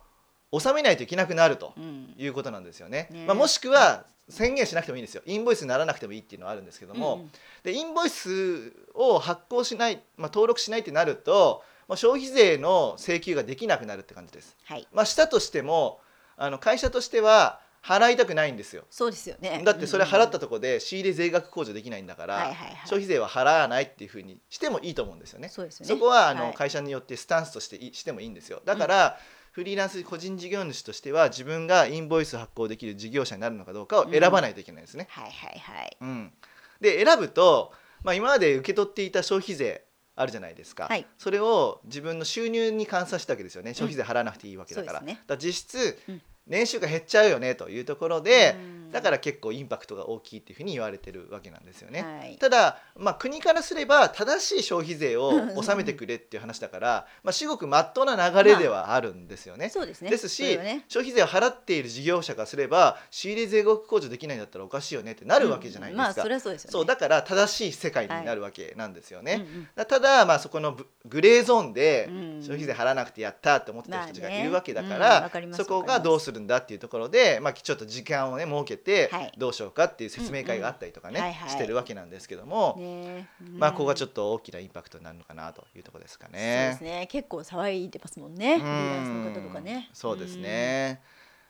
Speaker 1: 納めないといけなくなると
Speaker 2: うん
Speaker 1: いうことなんですよね。
Speaker 2: ね
Speaker 1: まあ、もしくは宣言しなくてもいいんですよインボイスにならなくてもいいっていうのはあるんですけども、
Speaker 2: うん
Speaker 1: でインボイスを発行しない、まあ、登録しないってなると、まあ、消費税の請求ができなくなるって感じです。
Speaker 2: はい
Speaker 1: まあ、したとしてもあの会社としては払いたくないんですよ。
Speaker 2: そうですよね
Speaker 1: だってそれ払った
Speaker 2: か
Speaker 1: ところで仕入れ税額控除できないんだから、
Speaker 2: はいはいはい
Speaker 1: 消費税は払わないっていうふうにしてもいいと思うんですよね。
Speaker 2: そうですよね
Speaker 1: そこはあの、
Speaker 2: い
Speaker 1: 会社によってスタンスとしていしてもいいんですよだから、フリーランス個人事業主としては自分がインボイスを発行できる事業者になるのかどうかを選ばないといけないですね。
Speaker 2: はいはいはい
Speaker 1: うんで選ぶと、まあ、今まで受け取っていた消費税あるじゃないですか、
Speaker 2: はい
Speaker 1: それを自分の収入に換算したわけですよね消費税払わなくていいわけだから,、
Speaker 2: そうですね
Speaker 1: だから実質、
Speaker 2: うん
Speaker 1: 年収が減っちゃうよねというところで、
Speaker 2: うん
Speaker 1: だから結構インパクトが大きいっていうふうに言われてるわけなんですよね。
Speaker 2: はい
Speaker 1: ただ、まあ、国からすれば正しい消費税を納めてくれっていう話だから、まあ、至極まっとうな流れではあるんですよね。
Speaker 2: そうですね
Speaker 1: です
Speaker 2: それ
Speaker 1: し、
Speaker 2: はね
Speaker 1: 消費税を払っている事業者からすれば仕入れ税額控除できないんだったらおかしいよねってなるわけじゃないですか、
Speaker 2: うんまあそれはそうですよね
Speaker 1: そうだから正しい世界になるわけなんですよね。
Speaker 2: うんうん
Speaker 1: だただ、まあ、そこのブグレーゾーンで
Speaker 2: うん
Speaker 1: 消費税払わなくてやったって思ってた人たちが
Speaker 2: まあね
Speaker 1: いるわけだか
Speaker 2: うん
Speaker 1: ら
Speaker 2: わかります
Speaker 1: そこがどうするんだっていうところで、まあ、ちょっと時間をね設けて
Speaker 2: はい
Speaker 1: どうしようかっていう説明会があったりとか
Speaker 2: うんうんはい
Speaker 1: ね
Speaker 2: はい
Speaker 1: してるわけなんですけども、
Speaker 2: ね
Speaker 1: まあ、ここがちょ
Speaker 2: っと
Speaker 1: っと大きなインパクトになるのかなというところですか
Speaker 2: そうです
Speaker 1: ね。
Speaker 2: ね結構騒いでますもんね
Speaker 1: う
Speaker 2: フリーランスの
Speaker 1: ん
Speaker 2: 方とかね
Speaker 1: そうですね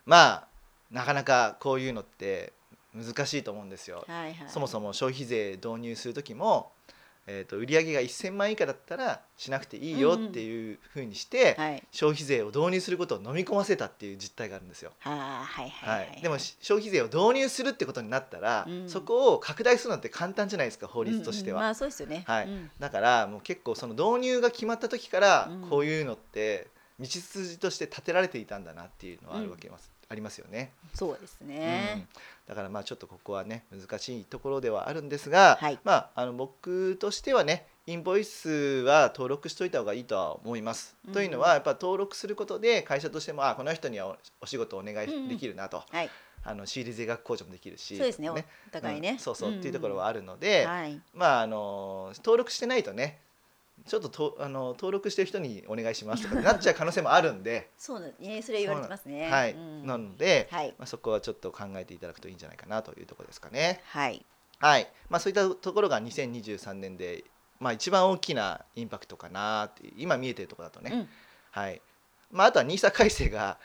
Speaker 1: まあなかなかこういうのって難しいと思うんですよ
Speaker 2: う。んはいはい
Speaker 1: そもそも消費税導入する時も、えー、と売上が1,000万以下だったらしなくていいよっていうふうにして、
Speaker 2: はい
Speaker 1: 消費税を導入することを飲み込ませたっていう実態があるんですよ。
Speaker 2: あーはい
Speaker 1: は
Speaker 2: はいいはい
Speaker 1: でもし消費税を導入するってことになったら、
Speaker 2: うん
Speaker 1: そこを拡大するのって簡単じゃないですか法律としては。
Speaker 2: うんうんまあそうですよね
Speaker 1: はい
Speaker 2: うん
Speaker 1: だからもう結構その導入が決まった時から
Speaker 2: うん
Speaker 1: こういうのって道筋として立てられていたんだなっていうのはあるわけます、ありますよね。
Speaker 2: そうです
Speaker 1: う
Speaker 2: ね
Speaker 1: んだからまあちょっとここはね難しいところではあるんですが、
Speaker 2: はい
Speaker 1: まああの僕としてはねインボイスは登録しといた方がいいとは思います。
Speaker 2: うん
Speaker 1: というのはやっぱ登録することで会社としてもあこの人にはおお仕事お願
Speaker 2: うんうん
Speaker 1: いできるなと、
Speaker 2: はい
Speaker 1: あの仕入れ税額控除もできるし
Speaker 2: そうですねお
Speaker 1: お
Speaker 2: 互いね
Speaker 1: そうそう、
Speaker 2: んん
Speaker 1: っていうところはあるので、
Speaker 2: はい
Speaker 1: まああの登録してないとねちょっととあの登録してる人にお願いしますとかになっちゃう可能性もあるんで、
Speaker 2: そうだねそれ言われてます ね
Speaker 1: はい、
Speaker 2: うん
Speaker 1: なので、
Speaker 2: はい
Speaker 1: まあ、そこはちょっと考えていただくといいんじゃないかなというところですかね。
Speaker 2: はい
Speaker 1: はいまあ、そういったところが2023年で、まあ、一番大きなインパクトかなって今見えてるところだとね、
Speaker 2: うん
Speaker 1: はいまあ、あとは NISA 改正が、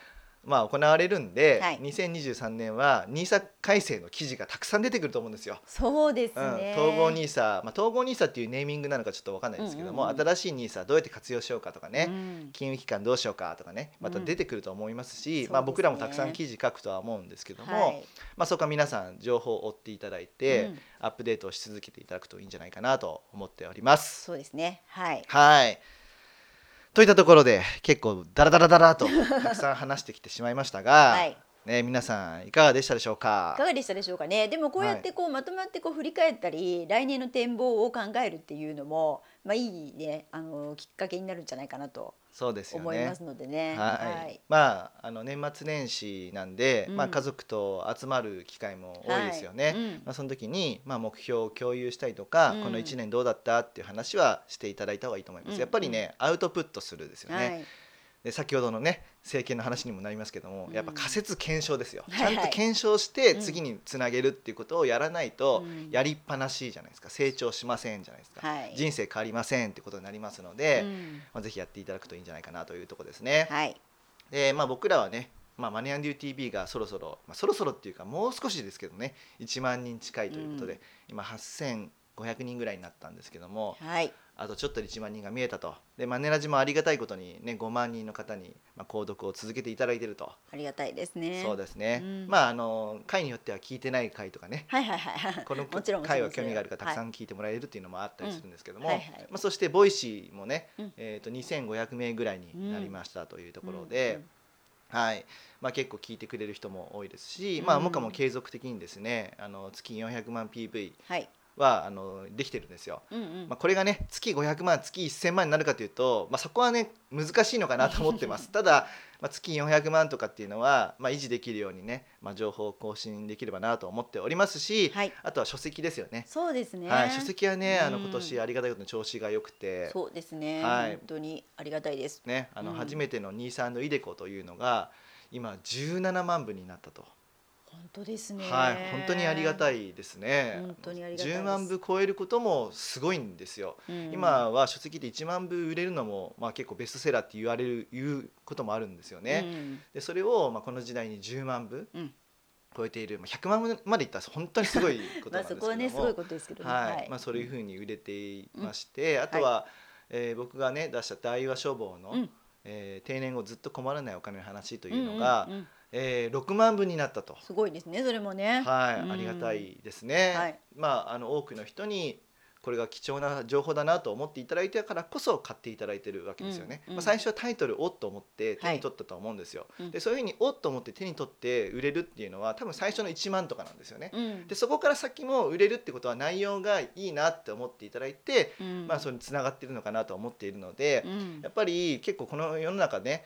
Speaker 1: まあ、行われるんで、
Speaker 2: はい
Speaker 1: 2023年は NISA 改正の記事がたくさん出てくると思うんですよ。
Speaker 2: そうです
Speaker 1: うん、
Speaker 2: ね
Speaker 1: 統合 NISA、まあ、統合 NISA っていうネーミングなのかちょっと分かんないですけども、
Speaker 2: うんうんうん
Speaker 1: 新しい NISA どうやって活用しようかとかね、
Speaker 2: うん
Speaker 1: 金融機関どうしようかとかねまた
Speaker 2: うん
Speaker 1: 出てくると思いますし、
Speaker 2: そうですね
Speaker 1: まあ、僕らもたくさん記事書くとは思うんですけども、
Speaker 2: はい
Speaker 1: まあ、そこは皆さん情報を追っていただいて、
Speaker 2: うん
Speaker 1: アップデートをし続けていただくといいんじゃないかなと思っております。
Speaker 2: そうですねはい
Speaker 1: はいといったところで結構ダラダラダラとたくさん話してきてしまいましたが、
Speaker 2: はい
Speaker 1: ね、皆さんいかがでしたでしょう
Speaker 2: い
Speaker 1: か
Speaker 2: かがでしたでしょうかねでもこうやってこうまとまってこう振り返ったり来年の展望を考えるっていうのもまあいいねあのきっかけになるんじゃないかなと
Speaker 1: そうですよね。
Speaker 2: 思いますので
Speaker 1: は
Speaker 2: ね
Speaker 1: い、
Speaker 2: はい
Speaker 1: まああの年末年始なんで、
Speaker 2: うん
Speaker 1: まあ家族と集まる機会も多いですよね。
Speaker 2: はいうん
Speaker 1: まあその時にまあ目標を共有したりとか、
Speaker 2: うん
Speaker 1: この一年どうだったっていう話はしていただいた方がいいと思います。
Speaker 2: うん
Speaker 1: やっぱりねアウトプットするですよね。
Speaker 2: はい
Speaker 1: で先ほどのね政権の話にもなりますけども、
Speaker 2: うん
Speaker 1: やっぱ仮説検証ですよ、
Speaker 2: はいはい
Speaker 1: ちゃんと検証して
Speaker 2: うん
Speaker 1: 次につなげるっていうことをやらないと、
Speaker 2: うん
Speaker 1: やりっぱなしじゃないですか成長しませんじゃないですか、
Speaker 2: はい
Speaker 1: 人生変わりませんってことになりますので、
Speaker 2: うん
Speaker 1: まあ、ぜひやっていただくといいんじゃないかなというところですね。
Speaker 2: はい
Speaker 1: で、まあ、僕らはね、まあ、マネーデュー TV がそろそろ、まあ、そろそろっていうかもう少しですけどね1万人近いということで、
Speaker 2: うん
Speaker 1: 今8500人ぐらいになったんですけども
Speaker 2: はい
Speaker 1: あとちょっとで1万人が見えたとでマネラジもありがたいことに、ね、5万人の方に、まあ、購読を続けていただいてると、
Speaker 2: ありがたいですね
Speaker 1: そうですね、
Speaker 2: うん
Speaker 1: まああの回によっては聞いてない回とかね
Speaker 2: はいはいはい
Speaker 1: この
Speaker 2: もちろんもちろ
Speaker 1: 回
Speaker 2: ん
Speaker 1: は興味があるからたくさ
Speaker 2: は
Speaker 1: ん聞いてもらえるっていうのもあったりするんですけども、
Speaker 2: はいはいはい
Speaker 1: まあ、そしてボイシーもね、
Speaker 2: うん
Speaker 1: えー、と2500名ぐらいになりましたというところで、
Speaker 2: うんうん
Speaker 1: はいまあ、結構聞いてくれる人も多いですし、
Speaker 2: うん
Speaker 1: まあ、モカも継続的にですねあの月400万 PV
Speaker 2: はい
Speaker 1: はあのできてるんですよ。
Speaker 2: うんうん
Speaker 1: まあ、これがね月500万月1000万になるかというと、まあ、そこはね難しいのかなと思ってます ただ、まあ、月400万とかっていうのは、まあ、維持できるようにね、まあ、情報を更新できればなと思っておりますし、
Speaker 2: はい
Speaker 1: あとは書籍ですよね。
Speaker 2: そうですね
Speaker 1: はい、書籍はねあの
Speaker 2: うん
Speaker 1: 今年ありがたいことに調子が良くて、
Speaker 2: そうですね
Speaker 1: はい
Speaker 2: 本当にありがたいです
Speaker 1: ね、あの
Speaker 2: うん
Speaker 1: 初めての NISA&IDECO というのが今17万部になったと、
Speaker 2: 本当ですね。
Speaker 1: はい、本当にありがた
Speaker 2: い。
Speaker 1: いですね
Speaker 2: 本当にありがたいです
Speaker 1: 10万部超えることもすごいんですよ、
Speaker 2: うん、
Speaker 1: 今は書籍で1万部売れるのも、まあ、結構ベストセラーって言われるいうこともあるんですよね、
Speaker 2: うん
Speaker 1: でそれを、まあ、この時代に10万部
Speaker 2: うん
Speaker 1: 超えている、まあ、100万部までいったら本当にすごいこと
Speaker 2: ま
Speaker 1: な
Speaker 2: あ
Speaker 1: んですけど
Speaker 2: そ
Speaker 1: も
Speaker 2: こはねすごいことですけどね。
Speaker 1: はいまあ、そういうふうに売れていまして、あとは、えー僕がね出した「大和書房の」
Speaker 2: うん
Speaker 1: えー定年後ずっと困らないお金の話」と
Speaker 2: と
Speaker 1: いうのが、えー6万部になったと、
Speaker 2: すごいですねそれもね。
Speaker 1: はい
Speaker 2: うん
Speaker 1: ありがたいですね。
Speaker 2: はい
Speaker 1: まあ、あの多くの人にこれが貴重な情報だなと思っていただいたからこそ買っていただいてるわけですよね。
Speaker 2: うんうん
Speaker 1: まあ、最初はタイトル「お」と思って手
Speaker 2: は
Speaker 1: に
Speaker 2: い
Speaker 1: 取ったと思うんですよ。
Speaker 2: うん
Speaker 1: でそういうふうに「お」と思って手に取って売れるっていうのは多分最初の1万とかなんですよね。
Speaker 2: うん
Speaker 1: でそこから先も売れるってことは内容がいいなって思っていただいて、
Speaker 2: うん
Speaker 1: まあ、それにつながってるのかなと思っているので、
Speaker 2: うん
Speaker 1: やっぱり結構この世の中ね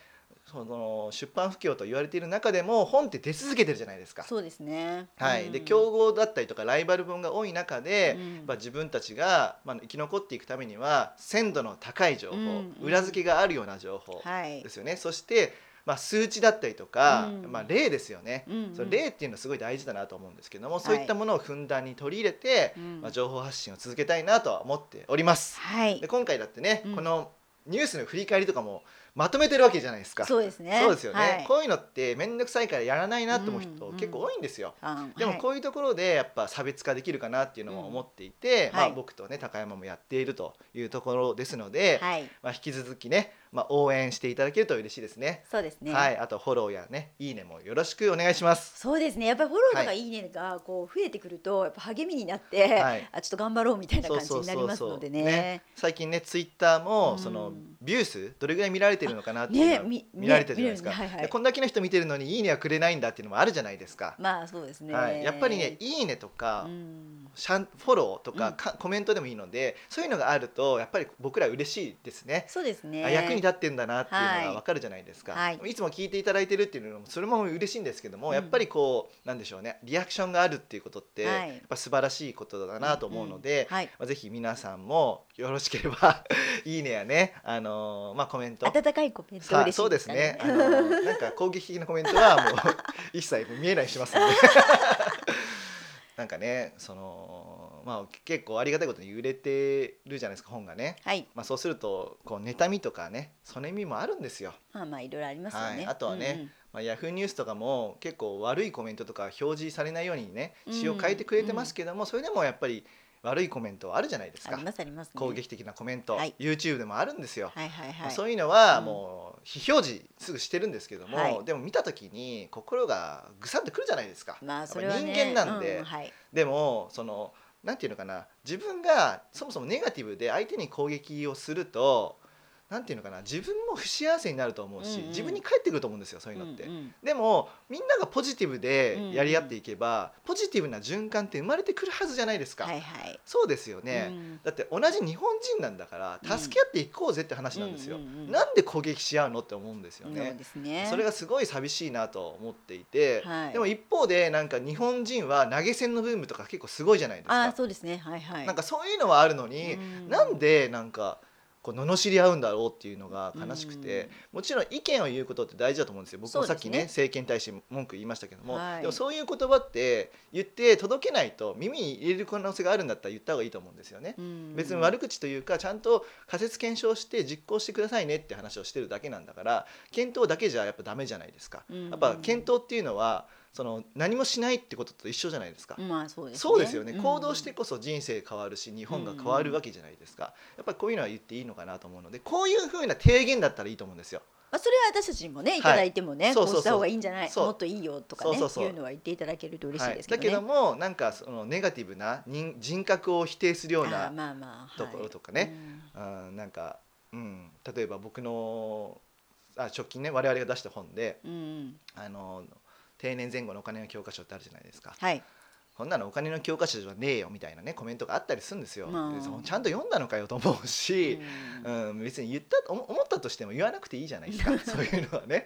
Speaker 1: その出版不況と言われている中でも本って出続けてるじゃないですか。
Speaker 2: そうですね。
Speaker 1: はい、で
Speaker 2: うん
Speaker 1: 競合だったりとかライバル本が多い中で、
Speaker 2: うん
Speaker 1: まあ、自分たちが、まあ、生き残っていくためには鮮度の高い情報、
Speaker 2: うんうん
Speaker 1: 裏付けがあるような情報
Speaker 2: はい
Speaker 1: で。すよね、そして、まあ、数値だったりとか、
Speaker 2: うん
Speaker 1: まあ、例ですよね、
Speaker 2: うんうん
Speaker 1: その例っていうのはすごい大事だなと思うんですけども、そういったものをふんだんに取り入れて、
Speaker 2: うん
Speaker 1: まあ、情報発信を続けたいなとは思っております。
Speaker 2: はい
Speaker 1: で。今回だってね、
Speaker 2: うん
Speaker 1: このニュースの振り返りとかもまとめてるわけじゃないですか。
Speaker 2: そうですね。
Speaker 1: そうですよね、
Speaker 2: はい
Speaker 1: こういうのって面倒くさいからやらないなと思う人
Speaker 2: うんうん
Speaker 1: 結構多いんですよ。
Speaker 2: あ
Speaker 1: でも
Speaker 2: はい
Speaker 1: こういうところでやっぱ差別化できるかなっていうのも思っていて、
Speaker 2: うん
Speaker 1: まあ、
Speaker 2: はい
Speaker 1: 僕とね高山もやっているというところですので、
Speaker 2: はい。
Speaker 1: まあ、引き続きね、まあ、応援していただけると嬉しいですね。
Speaker 2: そうですね。
Speaker 1: はい、あとフォローやねいいねもよろしくお願いします。
Speaker 2: そうですねやっぱりフォローと
Speaker 1: は
Speaker 2: か
Speaker 1: い
Speaker 2: いいねがこう増えてくるとやっぱ励みになって、
Speaker 1: はい
Speaker 2: あちょっと頑張ろうみたいな感じになりますのでね。
Speaker 1: 最近ねツイッター
Speaker 2: う
Speaker 1: も
Speaker 2: ん
Speaker 1: そのビュースどれぐらい見られてるのかなっていうの
Speaker 2: ね
Speaker 1: が
Speaker 2: み
Speaker 1: 見られてるじゃないですか、
Speaker 2: ね見れるねはいはい
Speaker 1: でこんだけの人見てるのにいいねはくれないんだっていうのもあるじゃないですか、
Speaker 2: まあそうですね、
Speaker 1: はい、やっぱりねいいねとか、
Speaker 2: うん
Speaker 1: シャンフォローとか,
Speaker 2: うん
Speaker 1: か、コメントでもいいのでそういうのがあるとやっぱり僕ら嬉しいですね、
Speaker 2: そうですね
Speaker 1: あ役に立ってんだなっていう
Speaker 2: は
Speaker 1: の
Speaker 2: い
Speaker 1: がわかるじゃないですか、
Speaker 2: はい
Speaker 1: い、つも聞いていただいてるっていうのもそれも嬉しいんですけども、
Speaker 2: うん
Speaker 1: やっぱりこうなんでしょうねリアクションがあるっていうことって、
Speaker 2: はい
Speaker 1: やっぱ素晴らしいことだなと思うので、
Speaker 2: うんはい、
Speaker 1: まあ、ぜひ皆さんもよろしければ いいねやね、あのーまあ、コメント。
Speaker 2: 温かいコメント
Speaker 1: さ
Speaker 2: 嬉しい
Speaker 1: あそうです ね、あ
Speaker 2: ね
Speaker 1: のーなんか攻撃的なコメントは もう一切見えないしますので なんかねその、まあ、結構ありがたいことに売れてるじゃないですか本がね、
Speaker 2: はい
Speaker 1: まあ、そうするとこう妬みとかねその意味もあるんですよ、
Speaker 2: まあまあいろいろありますよね、
Speaker 1: はいあとはねまあ、ヤフーニュースとかも結構悪いコメントとか表示されないようにね仕様変えてくれてますけども、それでもやっぱり悪いコメントはあるじゃないです
Speaker 2: うんう
Speaker 1: か
Speaker 2: んありますあります、ね、
Speaker 1: 攻撃的なコメント、
Speaker 2: はい
Speaker 1: YouTube でもあるんですよ、
Speaker 2: はいはい
Speaker 1: ま
Speaker 2: は
Speaker 1: あ
Speaker 2: い
Speaker 1: そういうのは
Speaker 2: うん
Speaker 1: もう非表示すぐしてるんですけども、
Speaker 2: はい
Speaker 1: でも見た時に心がぐさっとくるじゃないですか、
Speaker 2: まあそれは、ね、
Speaker 1: やっぱ人間なんで、
Speaker 2: うはい
Speaker 1: でもそのなんていうのかな自分がそもそもネガティブで相手に攻撃をするとなんていうのかな自分も不幸せになると思うし、
Speaker 2: うんうん
Speaker 1: 自分に返ってくると思うんですよそういうのって。
Speaker 2: うんうん
Speaker 1: でもみんながポジティブでやり合っていけば、ポジティブな循環って生まれてくるはずじゃないですか、
Speaker 2: はいはい
Speaker 1: そうですよね、
Speaker 2: うん
Speaker 1: だって同じ日本人なんだから
Speaker 2: うん
Speaker 1: 助け合っていこうぜって話なんですよ、
Speaker 2: うんうんうん
Speaker 1: なんで攻撃し合うのって思うんですよ
Speaker 2: そう
Speaker 1: ね
Speaker 2: ですね
Speaker 1: それがすごい寂しいなと思っていて、
Speaker 2: はい
Speaker 1: でも一方でなんか日本人は投げ銭のブームとか結構すごいじゃないです
Speaker 2: ああ
Speaker 1: か
Speaker 2: そうですねはいはい
Speaker 1: なんかそういうのはあるのに、
Speaker 2: うん
Speaker 1: なんでなんかこう罵り合うんだろうっていうのが悲しくて、もちろん意見を言うことって大事だと思うんですよ僕もさっき
Speaker 2: そうです
Speaker 1: ね
Speaker 2: ね
Speaker 1: 政権に対して文句言いましたけども、
Speaker 2: はい
Speaker 1: でもそういう言葉って言って届けないと耳に入れる可能性があるんだったら言った方がいいと思うんですよね。
Speaker 2: うん
Speaker 1: 別に悪口というかちゃんと仮説検証して実行してくださいねって話をしてるだけなんだから検討だけじゃやっぱダメじゃないですか、
Speaker 2: うん
Speaker 1: やっぱ検討っていうのはその何もしないってことと一緒じゃないですか、
Speaker 2: まあそうですね
Speaker 1: そうですよね、
Speaker 2: うん
Speaker 1: 行動してこそ人生変わるし日本が変わるわけじゃないですか、やっぱりこういうのは言っていいのかなと思うのでこういうふうな提言だったらいいと思うんですよ
Speaker 2: まあ、それは私たちにもねいただいてもね、
Speaker 1: そうそうそう
Speaker 2: こうした方がいいんじゃない
Speaker 1: そう
Speaker 2: もっといいよとか
Speaker 1: そ
Speaker 2: ね
Speaker 1: うそうそう
Speaker 2: いうのは言っていただけると嬉しいです
Speaker 1: は
Speaker 2: け
Speaker 1: い、だ
Speaker 2: ど
Speaker 1: け
Speaker 2: ね。
Speaker 1: どもなんかそのネガティブな人人格を否定するよう
Speaker 2: あー
Speaker 1: な
Speaker 2: まあまあ
Speaker 1: ところとかね、
Speaker 2: うん
Speaker 1: あーなんか、うん、例えば僕のあ直近ね我々が出した本で
Speaker 2: うん
Speaker 1: あの定年前後のお金の教科書ってあるじゃないですか
Speaker 2: はい、
Speaker 1: こんなのお金の教科書じゃねえよみたいなねコメントがあったりするんですよ、
Speaker 2: まあ
Speaker 1: でそうちゃんと読んだのかよと思うし、うん別に言った思思ったとしても言わなくていいじゃないですかそういうのはね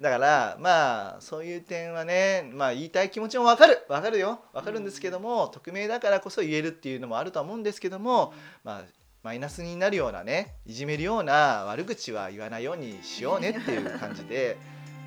Speaker 1: だからまあそういう点はね、まあ、言いたい気持ちも分かる分かるよ分かるんですけども、匿名だからこそ言えるっていうのもあるとは思うんですけども、まあ、マイナスになるようなねいじめるような悪口は言わないようにしようねっていう感じで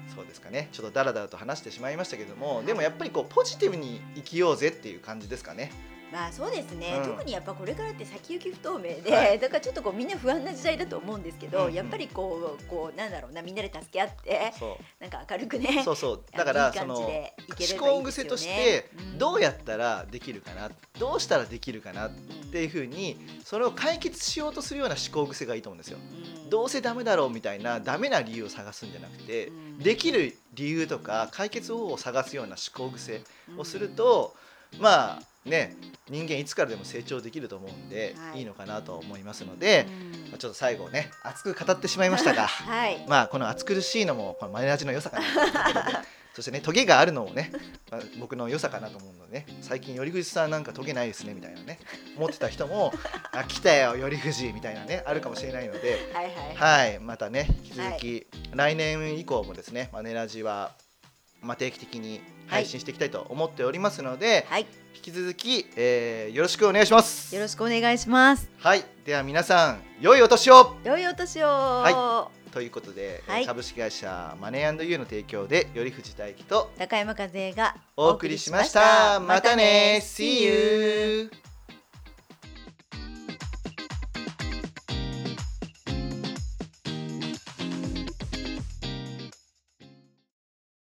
Speaker 1: そ方ですかねちょっとダラダラと話してしまいましたけどもでもやっぱりこうポジティブに生きようぜっていう感じですかね
Speaker 2: まあそうですね、
Speaker 1: うん
Speaker 2: 特にやっぱこれからって先行き不透明で、
Speaker 1: はい
Speaker 2: だからちょっとこうみんな不安な時代だと思うんですけど、
Speaker 1: うんうん
Speaker 2: やっぱりこうこうなんだろうなみんなで助け合って
Speaker 1: そ
Speaker 2: なんか明るくね
Speaker 1: うそう そうだから
Speaker 2: いい
Speaker 1: そ
Speaker 2: 感じ
Speaker 1: の
Speaker 2: でいければいいですよね
Speaker 1: 思考癖として
Speaker 2: ん
Speaker 1: どうやったらできるかなどうしたらできるかなっていうふうにそれを解決しようとするような思考癖がいいと思うんですよ。
Speaker 2: うん
Speaker 1: どうせダメだろうみたいなダメな理由を探すんじゃなくて
Speaker 2: うん
Speaker 1: できる理由とか解決方法を探すような思考癖をするとまあね人間いつからでも成長できると思うんで
Speaker 2: はい
Speaker 1: いいのかなと思いますの
Speaker 2: う
Speaker 1: で
Speaker 2: ん
Speaker 1: まあちょっと最後ね熱く語ってしまいま したが
Speaker 2: はい
Speaker 1: まあこの熱苦しいのもこのマネラジの良 さかなということでそしてねトゲがあるのもね、まあ僕の良さかなと思うのでね最近頼藤さんなんかトゲないですねみたいなね思ってた人も「あ来たよ頼藤」みたいなねあるかもしれないので。
Speaker 2: はいはいはい
Speaker 1: はい、またね、引き続き、来年以降もですね、マネラジは。まあ、定期的に配信していきたいと思っておりますので、
Speaker 2: はい
Speaker 1: 引き続き、えーよろしくお願いします。
Speaker 2: よろしくお願いします
Speaker 1: はい、では皆さん、良いお年を
Speaker 2: 良いお年を
Speaker 1: はということで、
Speaker 2: はい
Speaker 1: 株式会社マネーユーの提供で、より藤大樹と
Speaker 2: 高山和恵が
Speaker 1: お送りしました。またね、
Speaker 2: See
Speaker 1: See
Speaker 2: you
Speaker 1: you!